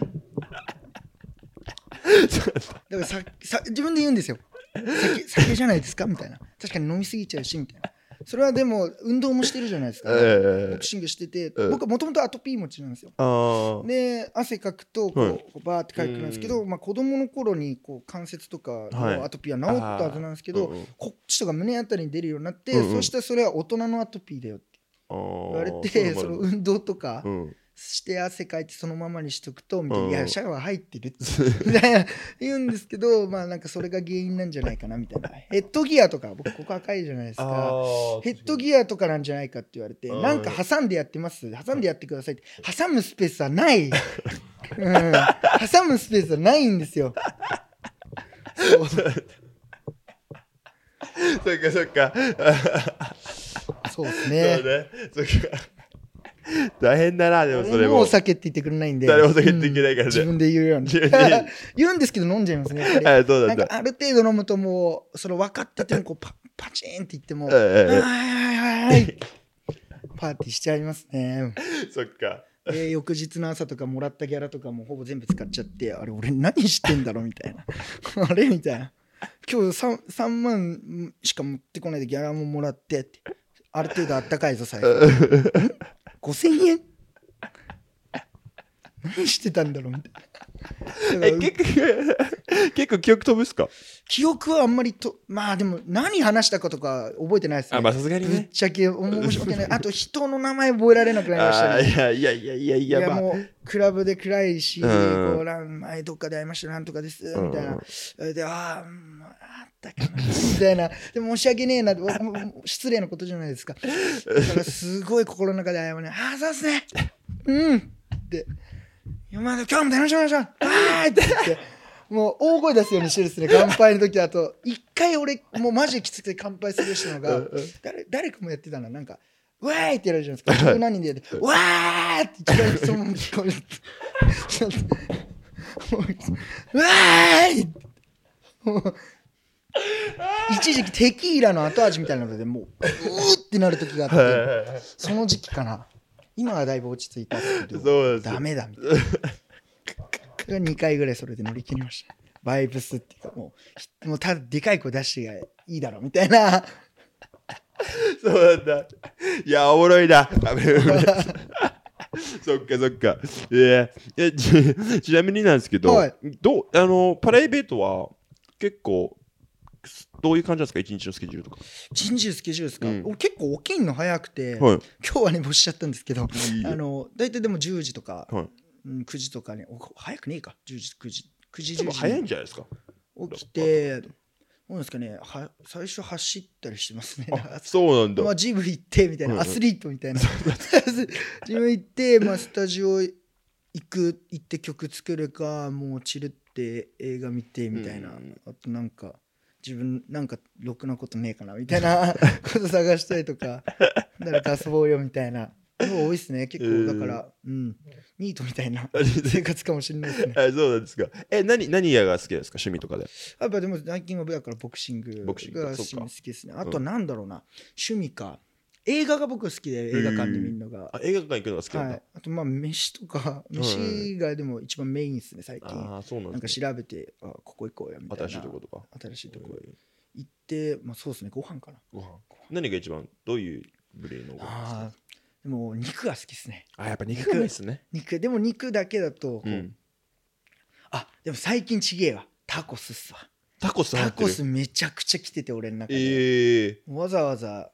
A: らささ自分で言うんですよ酒酒じゃないですかみたいな確かに飲みすぎちゃうしみたいなそれはでも運動もしてるじゃないですか、ボ
B: え
A: クシングしてて、
B: うん
A: 僕はもともとアトピー持ちなんですよ。
B: ああ。
A: で汗かくとこ
B: は
A: う、
B: い
A: こうバーってかくなんですけど、まあ、子供の頃にこう関節とか
B: はい
A: のアトピーは治ったはずなんですけど、
B: うんうん
A: こっちとか胸あたりに出るようになって、
B: うんうん
A: そうしたらそれは大人のアトピーだよって
B: 言
A: 言われて (laughs) その運動とか
B: うん、
A: して汗かいてそのままにしとくとみたい
B: うん
A: な「いやシャワー入ってる」ってみたいな言うんですけどまあなんかそれが原因なんじゃないかなみ
B: (laughs)
A: たいなヘッドギアとか僕ここ赤いじゃないですかヘッド
B: ア
A: ギアとかなんじゃないかって言われて
B: うん
A: なんか挟んでやってます挟んでやってくださいって挟むスペースは
B: (laughs)
A: ない、うん、挟むスペースはないんですよそう
B: そっかそっか
A: そうです
B: そ
A: ね
B: うねそっか大変だなでもそれ
A: もう
B: も
A: お酒って言ってくれないんで
B: 誰もお酒って言ってないか
A: うん
B: らね
A: 自分で言うように
B: 自分で言う
A: 言うんですけど飲んじゃいますねやっぱり
B: あそうだ
A: な
B: っ
A: んか
B: た
A: ある程度飲むともうそれ分かっててもこうパパチーンって言っても「はい
B: えええ
A: はいはいはい」パーティーしちゃいますね
B: えそっか (laughs)
A: で翌日の朝とかもらったギャラとかもほぼ全部使っちゃってあれ俺何してんだろうみたいな (laughs) あれみたいな今日 3, 3万しか持ってこないでギャラももらってってある程度あったかいぞ財
B: (laughs)
A: 布5000円何してたんだろうみたいな
B: え
A: だから
B: 結構 (laughs) 結構記憶飛ぶっすか
A: 記憶はあんまりとまあでも何話したかとか覚えてないですね
B: あまあさすがに
A: ぶっ
B: ね
A: ちゃけ申し訳ないあと人の名前覚えられなくなりましたね
B: あーいやいやいやいやい
A: いや
B: やまあ
A: もうクラブで暗いし、
B: うん
A: こうラン前どっかで会いましたなんとかですみたいな、
B: うん
A: それでああうんあったかなみたい
B: (laughs)
A: なでも申し訳ねえな (laughs) もうもう失礼なことじゃないですかだからすごい心の中で謝るねああそうっすねうんって今日も楽しみましょうはーいって言ってもう大声出すようにしてるですね乾杯の時だと一回俺もうマジできつくて乾杯する人のが
B: うんうん
A: 誰誰かもやってたななんか「わーい!」ってやられるじゃないですか十何人でやって「わー!」って一回そのまま聞こえるちょっ (laughs)
B: (laughs)
A: ともうわーい!」ってもう一時期テキーラの後味みたいなのでもううーってなる時があ
B: はい
A: って
B: はいはい
A: その時期かな今はだいぶ落ち着いたんですけ
B: そうなん
A: ど
B: ですよ
A: ダメだみたいな2回ぐらいそれで乗り切りましたバイブスっていうかもうもうただでかい声出してがいいだろみたいな
B: (laughs) そうなんだ。いや、おもろいな。 (laughs) あぶねぶねそっかそっか。えー、えちちなみになんですけど、
A: はい
B: どうあのプライベートは結構すどういう感じなんですか一日のスケジュールとか。
A: 人事スケジュールですか、
B: うん
A: 俺結構起きんの早くて、
B: はい。
A: 今日は寝坊しちゃったんですけど
B: いいよ
A: あの大体でも10時とか、
B: はい
A: うん、9時とかにお早くねえか10時9時9時
B: でも
A: 10
B: 早
A: 時
B: いん
A: に
B: じゃないですか。
A: 起きてどうなんですかねは最初走ったりしてますね
B: あそうなんだ。
A: まあ、ジム行ってみたいな、
B: うんうん
A: アスリートみたいな (laughs) ジム行って、まあ、スタジオ行く行って曲作るかもうチルって映画見てみたいな、
B: うん
A: あとなんか自分なんかろくなことねえかなみたい
B: (laughs)
A: なこと探したりとか誰か遊ぼうよみたいなのが多いですね結構だから、うん、ニートみたいな生活かもしれないですね
B: あそうなんですか。え、何、何やが好きですか趣味とかで。
A: やっぱでも最近はだからボクシング
B: ボクシング
A: が
B: そうか
A: 趣味好きですねあとはなんだろうな、趣味か映画が僕好きで映画館で見るのが
B: あ映画館行くのが好きなんだ。
A: はい、あとまあ飯とか
B: いはい
A: 飯がでも一番メインですね最近、
B: ああ、そうなん
A: なん
B: で
A: か
B: す、ね。
A: 調べてあここ行こうやみたいな
B: 新しいとことか。
A: 新しいとこ
B: うん
A: 行って、まあ、そうですねご飯かな
B: ご飯。何が一番どういう部類のご飯です
A: あー
B: か
A: でも肉が好きですね
B: あやっぱ肉がいいですね。
A: 肉でも肉だけだと、こう
B: うん。
A: あでも最近ちげえわタコスっすわ
B: タコス入
A: タ
B: ってる
A: コスめちゃくちゃ来てて俺の中で、
B: ええ
A: わざわざ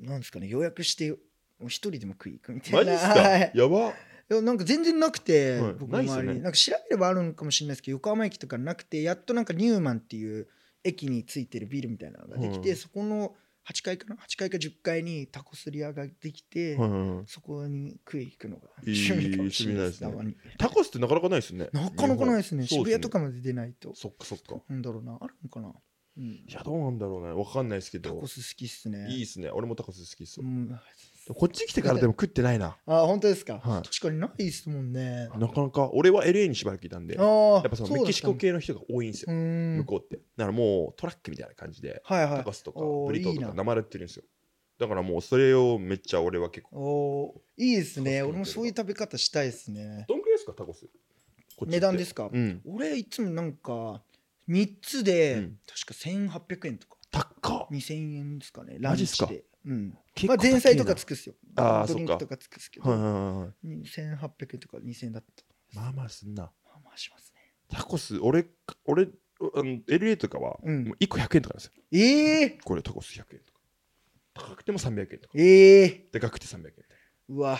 A: なんですかね予約してもう一人でも食い行くみたいな
B: マジっすか
A: はい
B: やば
A: いやなんか全然なくて、
B: はい
A: 僕
B: な
A: の
B: いっすよ
A: 周り
B: ね
A: になんか調べればあるのかもしれないですけど横浜駅とかなくてやっとなんかニューマンっていう駅についてるビルみたいなのができて、
B: うん
A: そこの8階かな8階か10階にタコスリアができて、そこに食い行くのが
B: いい
A: 趣味かもしれないですた
B: 趣
A: まに
B: タコスってなかなかないですね
A: なかなかないですね
B: そう
A: 渋
B: っ
A: 谷とかまで出ないと
B: そっかそっか
A: なんだろうなあるのかな、うん
B: い、やどうなんだろうねわかんないですけ
A: タ
B: ど
A: コス好きっすね
B: いいですね俺もタコス好きっす
A: う
B: わ
A: ん、
B: こっち来てからでも食ってないな
A: あ本当ですか、
B: はい
A: 確かにないですもんね
B: なかなか俺は LA にしばらくいたんで
A: あ
B: や
A: ー
B: っぱその
A: うだ
B: メキシコ系の人が多いんです
A: う
B: よ
A: ん
B: 向こうってだからもうトラックみたいな感じで
A: はいはい
B: タコスとか
A: おー
B: ブリトーと
A: いい
B: か
A: な
B: 生で売ってるんですよだからもうそれをめっちゃ俺は結構
A: おーいいですね
B: そうそう
A: 俺もそういう食べ方したいですね
B: どんくらいですかタコスこっちって
A: 値段ですか
B: うん
A: 俺いつもなんか3つで、
B: うん
A: 確か1800円とか
B: 高っ
A: 2000円ですかねラ
B: マ
A: ン
B: ジ
A: チ
B: っすか
A: でうん
B: 結
A: まあ
B: 構高いな
A: 前菜とかつくっすよ
B: あー
A: ドリンク
B: そっか
A: とかつくっすけど、
B: はいはいはいはい
A: 2800円とか2000円だった
B: まあまあすんな
A: まあまあしますね
B: タコス、俺、俺、あの LA とかは、
A: うん
B: もう1個100円とかなんですよ。
A: ええ
B: これタコス100円とか。高くても300円とか、
A: ええ
B: でかくて300円みたいう
A: わ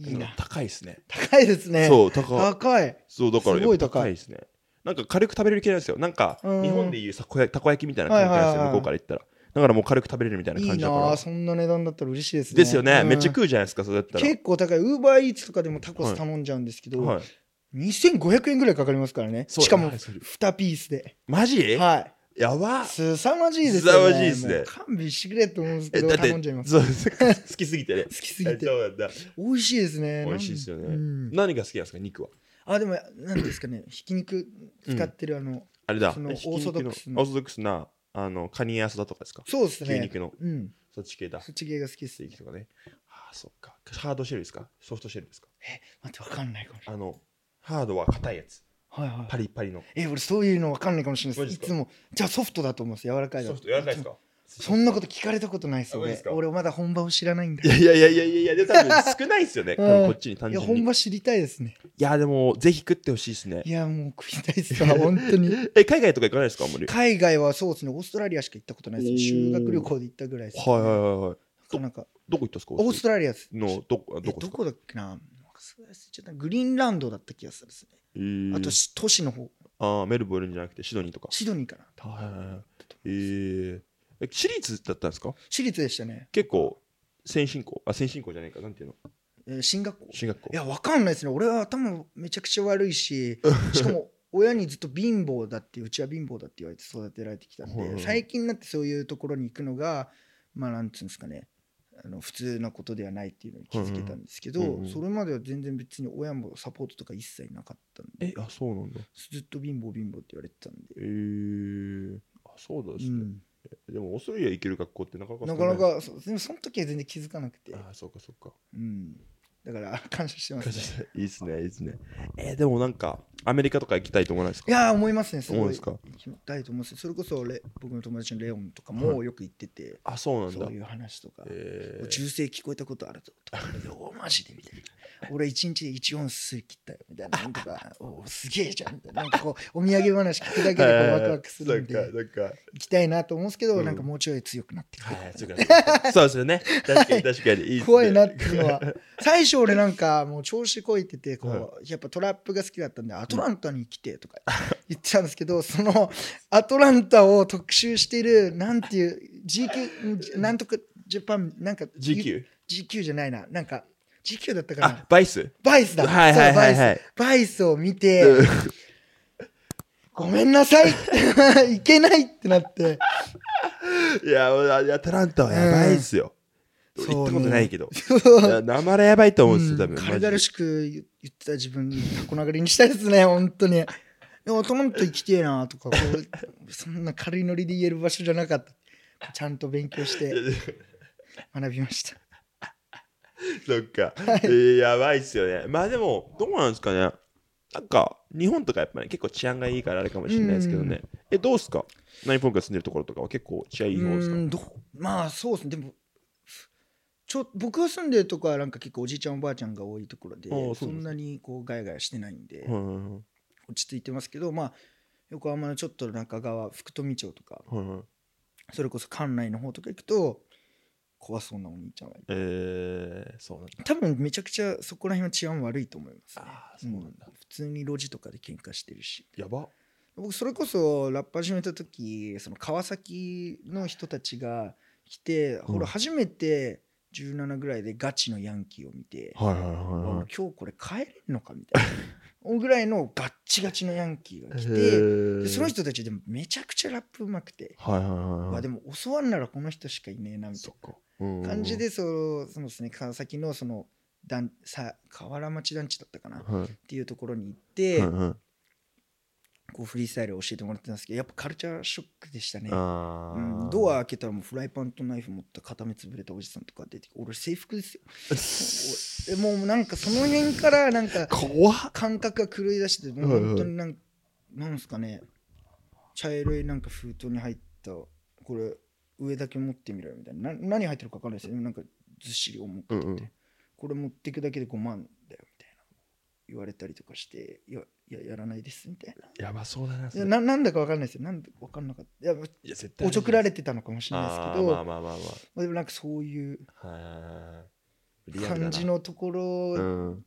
B: ない
A: いな
B: 高いですね。
A: 高いですね
B: そう、高い。
A: 高い
B: そう、だから
A: すごい
B: やっぱ
A: 高い
B: 高いですね。なんか軽く食べれる系なんですよ。なんか、
A: うん
B: 日本でいうさこやたこ焼きみたいな感じなんです
A: は
B: よ、
A: いはいはい
B: 向こうから言ったら。だからもう軽く食べれるみたいない
A: い
B: 感じだか
A: な
B: ら
A: あ。そんな値段だったら嬉しいですね
B: ですよね、
A: うん
B: めっちゃ食うじゃないですか、それだったら。
A: 結構高いウーバーイーツとかでもタコ
B: は
A: ス
B: い
A: 頼んじゃうんですけど、
B: はい、
A: 2500円ぐらいかかりますからね
B: そう
A: しかも
B: はいそれ
A: 2ピースで
B: マジ、
A: はい
B: やば
A: すさまじいですよね
B: すさまじいですね
A: もう勘弁してくれって思うんですけ
B: え
A: ど
B: だって
A: 頼んじゃいます
B: そう (laughs) 好きすぎてね
A: 好。きすぎ
B: えそ
A: て
B: うなんだ
A: 美味しいですね
B: 美味しいですよね
A: うん
B: 何が好きなんですか、肉は。
A: あでも何ですかねひき肉使ってるあの、
B: あれだ、
A: その
B: えひき肉
A: オーソドックスの
B: オーソドックスなあのカニやそだとかですか、
A: そうです
B: 牛
A: ね
B: 肉の
A: うん
B: そっち系だ。
A: そっち系が好きで
B: ス
A: す
B: テー
A: 待
B: キとかね。ああ、そっか。ハードシェルですかソフトシェルですか
A: ってわかんないかもし
B: あの、ハードは硬いやつ。
A: れないはいは
B: パ
A: い
B: リパリの。
A: え俺そういうのわかんないかもしれないで
B: マ
A: す
B: ジ
A: い
B: です
A: つ
B: か
A: もじゃあソフトだと思います柔らかいだ
B: ソフト、柔らかいですか
A: そんなこと聞かれたことないです
B: あマジで
A: 俺
B: すか
A: 俺まだ本場を知らないんだ
B: いやいやいやいやいや、でも多分少ないですよね。多分こっちに単
A: いや
B: 純に。
A: 本
B: い
A: 場知りたいですね
B: や、でも、ぜひ食ってほしいですね
A: い。やもう食いたいです
B: (laughs)
A: わ本当に
B: え、海外とか行かないですかあんまり。はい
A: 海外はそうですねオーストラリアしか行ったことないですね
B: お
A: 修
B: ー
A: 学旅行で行ったぐらいです、
B: はいはいはい。
A: いなんか
B: どこ行ったんですか
A: オーストラリアです
B: の、どこ、
A: えど
B: どこですか
A: こだっけななんか忘れちゃったグリーンランドだった気がするですね、
B: えー
A: あとし都市の方
B: あーメルボルンじゃなくてシドニーとか。
A: シドニーかな
B: はいはいはい。えーえ、私立だったんですか
A: 私立でしたね、
B: 結構、先進校。あ、先進校じゃないか。なんていうの
A: えー進学校
B: 進学校
A: い。やわかんないですね俺は頭めちゃくちゃ悪いし (laughs) しかも親にずっと貧乏だってうちは貧乏だって言われて育てられてきたん
B: はいはい
A: で
B: はい
A: 最近になってそういうところに行くのがまあなんていうんですかねあの普通なことではないっていうのに気づけたんですけ
B: はいはいは
A: ど
B: い
A: それまでは全然別に親もサポートとか一切なかったんで
B: え、あ、そうなんだ。
A: ずっと貧乏貧乏って言われてたん
B: えー、あそうだですね、
A: で、
B: でもオーストラリア行ける学校ってなか
A: う
B: なか
A: ん、
B: 少
A: ないかなかそうでもその時は全然気づかなくて、
B: あそうかそうか
A: うん、だから感謝してます、ね、
B: いいっすねいいっすねえーでもなんかアメリカとか行きたいと思わないですか
A: いやー思いますねす
B: 思
A: ご
B: うんで
A: い
B: すか
A: 行きたいと思いますそれこそ俺僕の友達のレオンとか
B: は
A: もよく行ってて、
B: あそうなんだ
A: そういう話とか、
B: えー
A: 銃声聞こえたことあるぞとかおマジでみたいな俺一日で1音数切ったよみたいななんと
B: (laughs)
A: かおすげえじゃんみたいななんかこうお土産話聞くだけでこ
B: はいうは
A: ワ
B: いはい
A: クワクするん
B: (laughs)
A: で
B: なんか
A: 行
B: なんか
A: きたいなと思うんですけど、
B: うん
A: なんかもうちょい強くなってくる、
B: はいそうか (laughs) そうかそうですよね確かに確かにいいっすね
A: 怖いなっていうの
B: (laughs)
A: は最初俺なんかもう調子こいててこう、
B: はい
A: やっぱトラップが好きだったんでアトランタに来てとか言ってたんですけどその (laughs) アトランタを特集しているなんていう GQ なんとかジャパンなんか
B: GQ
A: GQ じゃないななんか GQ だったか
B: あ
A: な
B: バイス
A: バイスだ
B: はいはいはい
A: そう
B: は
A: バ
B: い
A: イスバイスを見て、ごめんなさいいけないって (laughs) なって
B: いや俺あいやアトランタはやばいっすよ
A: うん
B: 行ったことないけど
A: そう
B: いやなまらやばいと思うんですよ多分
A: うん
B: マジで
A: 軽々しく言言ってた自分にタコ流れにしたいですね、本当に。でも、トロント行きてえなとか、こう (laughs) そんな軽いノリで言える場所じゃなかった。ちゃんと勉強して学びました。
B: (laughs) そっか、えーやばいっすよね。まあでも、どうなんですかね。なんか、日本とかやっぱり、結構治安がいいからあれかもしれないですけどね。え、どうっすかナイフォンが住んでるところとかは結構治安いい方です
A: う
B: か
A: んどうまあ、そうですね。でも、ちょ僕が住んでるとこはなんか結構おじいちゃんおばあちゃんが多いところで
B: ああそうなんです
A: そ
B: ね
A: んなにこうガヤガヤしてないんで
B: はいはい
A: 落ち着いてますけどまあ横浜のちょっと中川福富町とか
B: はいはい
A: それこそ関内の方とか行くと怖そうなお兄ちゃんがいる
B: えー、そうなんだ。
A: 多分めちゃくちゃそこら辺は治安悪いと思います、ね
B: ああ、そうなんだ。
A: うん普通に路地とかで喧嘩してるし
B: やば。
A: 僕それこそラップ始めた時その川崎の人たちが来て、
B: ん
A: ほら初めて17ぐらいでガチのヤンキーを見て、
B: はいはい
A: わ
B: は
A: 俺今日これ帰れんのかみたいな (laughs) ぐらいのガッチガチのヤンキーが
B: いはい。
A: 来て、でその人たちでもめちゃくちゃラップうまくて、
B: はいはい
A: ま
B: は
A: あ
B: い
A: で
B: はい。
A: も教わんならこの人しかいねえなみたい
B: そ
A: な
B: っか。うん
A: 感じ。でそのそのですね川崎のその団さ河原町団地だったかなっ
B: はい
A: ていうところに行って、
B: はいはい
A: こうフリースタイルを教えてもらってたんですけどやっぱカルチャーショックでしたね、
B: あ
A: うん
B: ー
A: ドア開けたらもうフライパンとナイフ持った片目潰れたおじさんとか出てきて俺制服ですよえもうなんかその辺からなんか
B: 怖っ
A: 感覚が狂い出してもう
B: はいはい
A: 本当になんなんですかね茶色いなんか封筒に入ったこれ上だけ持ってみろよみたいなな何入ってるか分かんないですよでもなんかずっしり重くて、
B: うんうん
A: これ持っていくだけで5万だよみたいな言われたりとかしていやいややらないですみたいな
B: やばそうだな。そ
A: いや
B: れ
A: ななんだか分かんないですよなんで分かんなかったいや
B: いや、絶対
A: お
B: あるじ
A: ち
B: ゃ
A: ょ
B: ん。
A: くられてたのかもしれないです
B: あ
A: けど
B: ーまあまあまあ
A: ま
B: ま
A: あでもなんかそういう
B: あ。はーリアルだな
A: 感じ。のとこ
B: う
A: ろ
B: ん。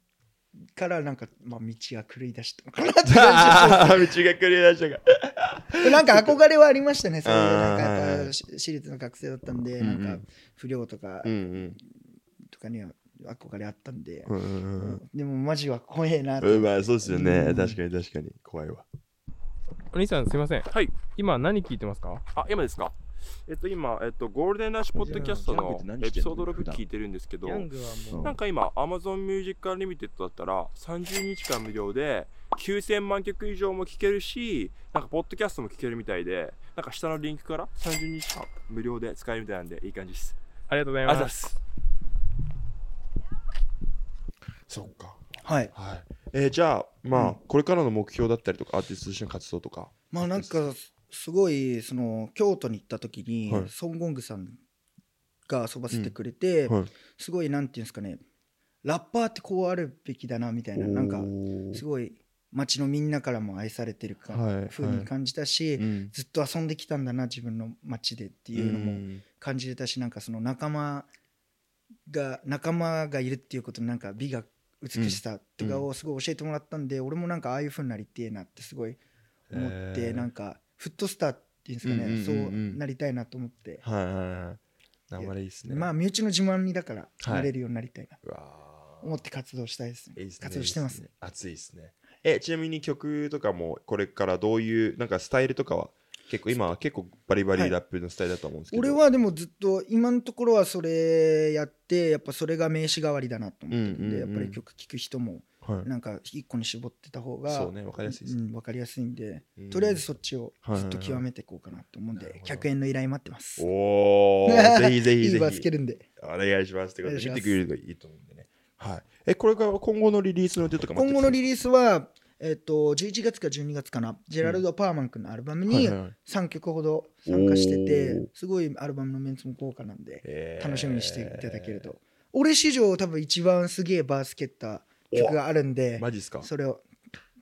A: からなんか、まあ、道が狂い出したのかなって感
B: (laughs) ああ、道が狂い出したか。
A: じですなんか憧れはありましたねそういうな
B: あー
A: んか
B: はい
A: や
B: は
A: っぱ
B: い
A: し私立の学生だったんで、
B: うんうん
A: なんか不良とか、
B: うん
A: とかには憧れあったんで、
B: うん。うんうん
A: でもマジは怖えなと
B: うん。まあ、そうですよ
A: う
B: ね。
A: ん
B: 確かに確かに。怖いわ。
C: お兄さんすいません。
B: はい。
C: 今何聞いてますか
D: あ、今ですか。えっと、今、えっと、ゴールデンラッシュポッドキャストのエピソード6聞いてるんですけど、
C: グは
B: もう
D: なんか今、Amazon Music Unlimited だったら、30日間無料で、9000万曲以上も聴けるし、なんか、ポッドキャストも聴けるみたいで、なんか、下のリンクから30日間無料で使えるみたいなんで、いい感じです。
C: ありがとうござ
D: あ
C: い
D: りが
C: ま。
D: とうございますす。
B: そっか。
A: はい
B: はい。えー、じゃあ、まあ、これからの目標だったりとか、アーティストとしての活動とか。
A: まあなんかすごいその京都に行った時に、
B: はい
A: ソン・ゴングさんが遊ばせてくれて、
B: はい
A: すごいなんていうんですかねラッパーってこうあるべきだなみたいななんかすごい街のみんなからも愛されてるか、
B: はい
A: 風に感じたし、
B: うん。
A: ずっと遊んできたんだな自分の街でっていうのも
B: ん
A: 感じれたしなんかその仲間が仲間がいるっていうことのなんか美が美しさとかをすごい教えてもらったんで、俺もなんかああいう風になりてえなってすごい思って、
B: へえ
A: なんかフットスターっていうんですかね、
B: うんうんうんうん
A: そうなりたいなと思って、
B: はいはいはい。生でいいですね。
A: まあ身内の自慢にだから
B: はい
A: なれるようになりたいな
B: うわー
A: 思って活動したいですね,、
B: いいっすね
A: 活動してます
B: いいっ熱いですね。え、ちなみに曲とかも、これからどういう、なんかスタイルとかは、結構今は結構バリバ
A: は
B: リ
A: い
B: ラップのスタイルだと思うんですけど。
A: 俺、はでもずっと今のところはそれやってやっぱそれが名刺代わりだなと思ってるんで、
B: うんうんうん
A: やっぱり曲聴く人も
B: はい、
A: なんか一個に絞ってた方が
B: そうね、わかりやすいです
A: う
B: ね。
A: ん、分かりやすいんで、
B: うん
A: とりあえずそっちを
B: はいはい
A: ず
B: は
A: っと
B: い
A: 極めていこうかなと思うんで、
B: なるほど
A: 100円の依頼待ってます。
B: お
A: (laughs)
B: ー、ぜひぜひ
A: いい
B: ぜ
A: バス
B: ひ
A: け。るんで。
B: お願いします。ってこと
A: お
B: で、
A: 願い
B: 見
A: します
B: てくれるといいと思うんでね。はい。え、これから今後のリリースの予定とか
A: 今後の
B: リ
A: リリースは、えっと11月か12月かな、ジェラルド・パーマン君のアルバムに
B: はいはいはい
A: 3曲ほど参加してて、
B: おー
A: すごいアルバムのメンツも豪華なんで、
B: えー
A: 楽しみにしていただけると。俺史上多分一番すげえバースケッタ曲があるんで、
B: マジですか
A: それを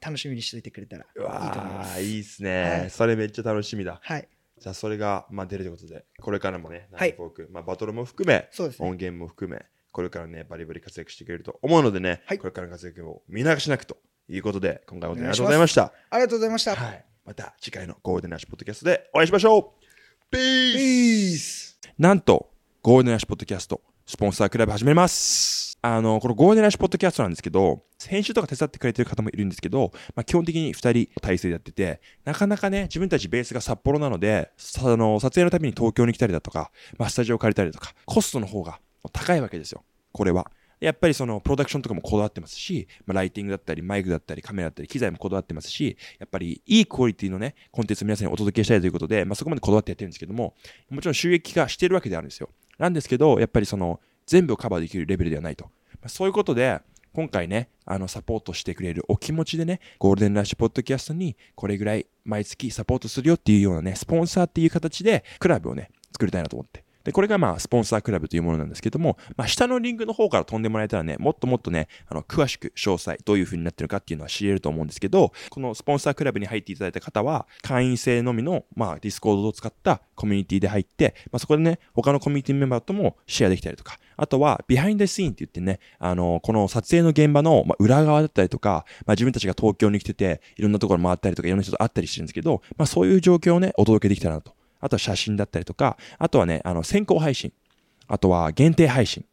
A: 楽しみにしておいてくれたらいいうと思いま
B: わー、
A: す。
B: いいっすね、
A: はい
B: それめっちゃ楽しみだ。
A: はい、
B: じゃあそれが、まあ、出るということで、これからもね、
A: はい
B: ナインフォークまあ、バトルも含め、
A: そうですね
B: 音源も含め、これからね、バリバリ活躍してくれると思うのでね、
A: はい
B: これからの活躍を見逃しなくということで、今回は本当にありがとう
A: お
B: ござい
A: 願い
B: ました。
A: ありがとうございました。
B: はい、また次回のゴールデンラッシュポッドキャストでお会いしましょう !Peace! なんと、ゴールデンラッシュポッドキャスト、スポンサークラブ始めます。あの、このゴールデンラッシュポッドキャストなんですけど、編集とか手伝ってくれてる方もいるんですけど、まあ、基本的に2人体制でやってて、なかなかね、自分たちベースが札幌なので、さあの、撮影のために東京に来たりだとか、まあ、スタジオ借りたりだとか、コストの方が高いわけですよ。これは。やっぱりそのプロダクションとかもこだわってますし、まあ、ライティングだったり、マイクだったり、カメラだったり、機材もこだわってますし、やっぱりいいクオリティのね、コンテンツを皆さんにお届けしたいということで、まあ、そこまでこだわってやってるんですけども、もちろん収益化してるわけであるんですよ。なんですけど、やっぱりその、全部をカバーできるレベルではないと。まあ、そういうことで、今回ね、あの、サポートしてくれるお気持ちでね、ゴールデンラッシュポッドキャストに、これぐらい毎月サポートするよっていうようなね、スポンサーっていう形で、クラブをね、作りたいなと思って。で、これがまあ、スポンサークラブというものなんですけども、まあ、下のリンクの方から飛んでもらえたらね、もっともっとね、あの、詳しく、詳細、どういう風になってるかっていうのは知れると思うんですけど、このスポンサークラブに入っていただいた方は、会員制のみの、まあ、ディスコードを使ったコミュニティで入って、まあ、そこでね、他のコミュニティメンバーともシェアできたりとか、あとは、ビハインドシーンって言ってね、あの、この撮影の現場の、まあ、裏側だったりとか、まあ、自分たちが東京に来てて、いろんなところ回ったりとか、いろんな人と会ったりしてるんですけど、まあ、そういう状況をね、お届けできたらなと。あとは写真だったりとか、あとはね、あの、先行配信。あとは限定配信。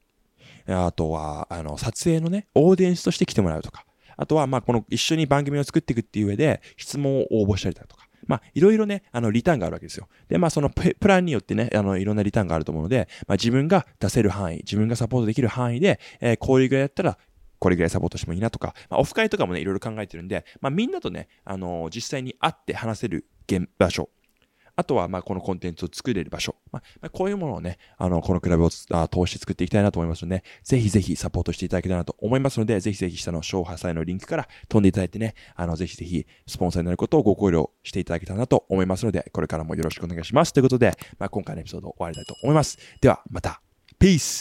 B: あとは、あの、撮影のね、オーディエンスとして来てもらうとか。あとは、まあ、この一緒に番組を作っていくっていう上で、質問を応募したりだとか。まあ、いろいろね、あの、リターンがあるわけですよ。で、まあ、そのププランによってね、あの、いろんなリターンがあると思うので、まあ、自分が出せる範囲、自分がサポートできる範囲で、えーこういうぐらいだったら、これぐらいサポートしてもいいなとか、まあ、オフ会とかもね、いろいろ考えてるんで、まあ、みんなとね、あの実際に会って話せる現場所、あとは、まあ、このコンテンツを作れる場所。まあ、まあこういうものをね、あの、このクラブをつあ通して作っていきたいなと思いますので、ぜひぜひサポートしていただけたらなと思いますので、ぜひぜひ下の小破祭のリンクから飛んでいただいてね、あの、ぜひぜひスポンサーになることをご考慮していただけたらなと思いますので、これからもよろしくお願いします。ということで、まあ、今回のエピソード終わりたいと思います。では、また。Peace!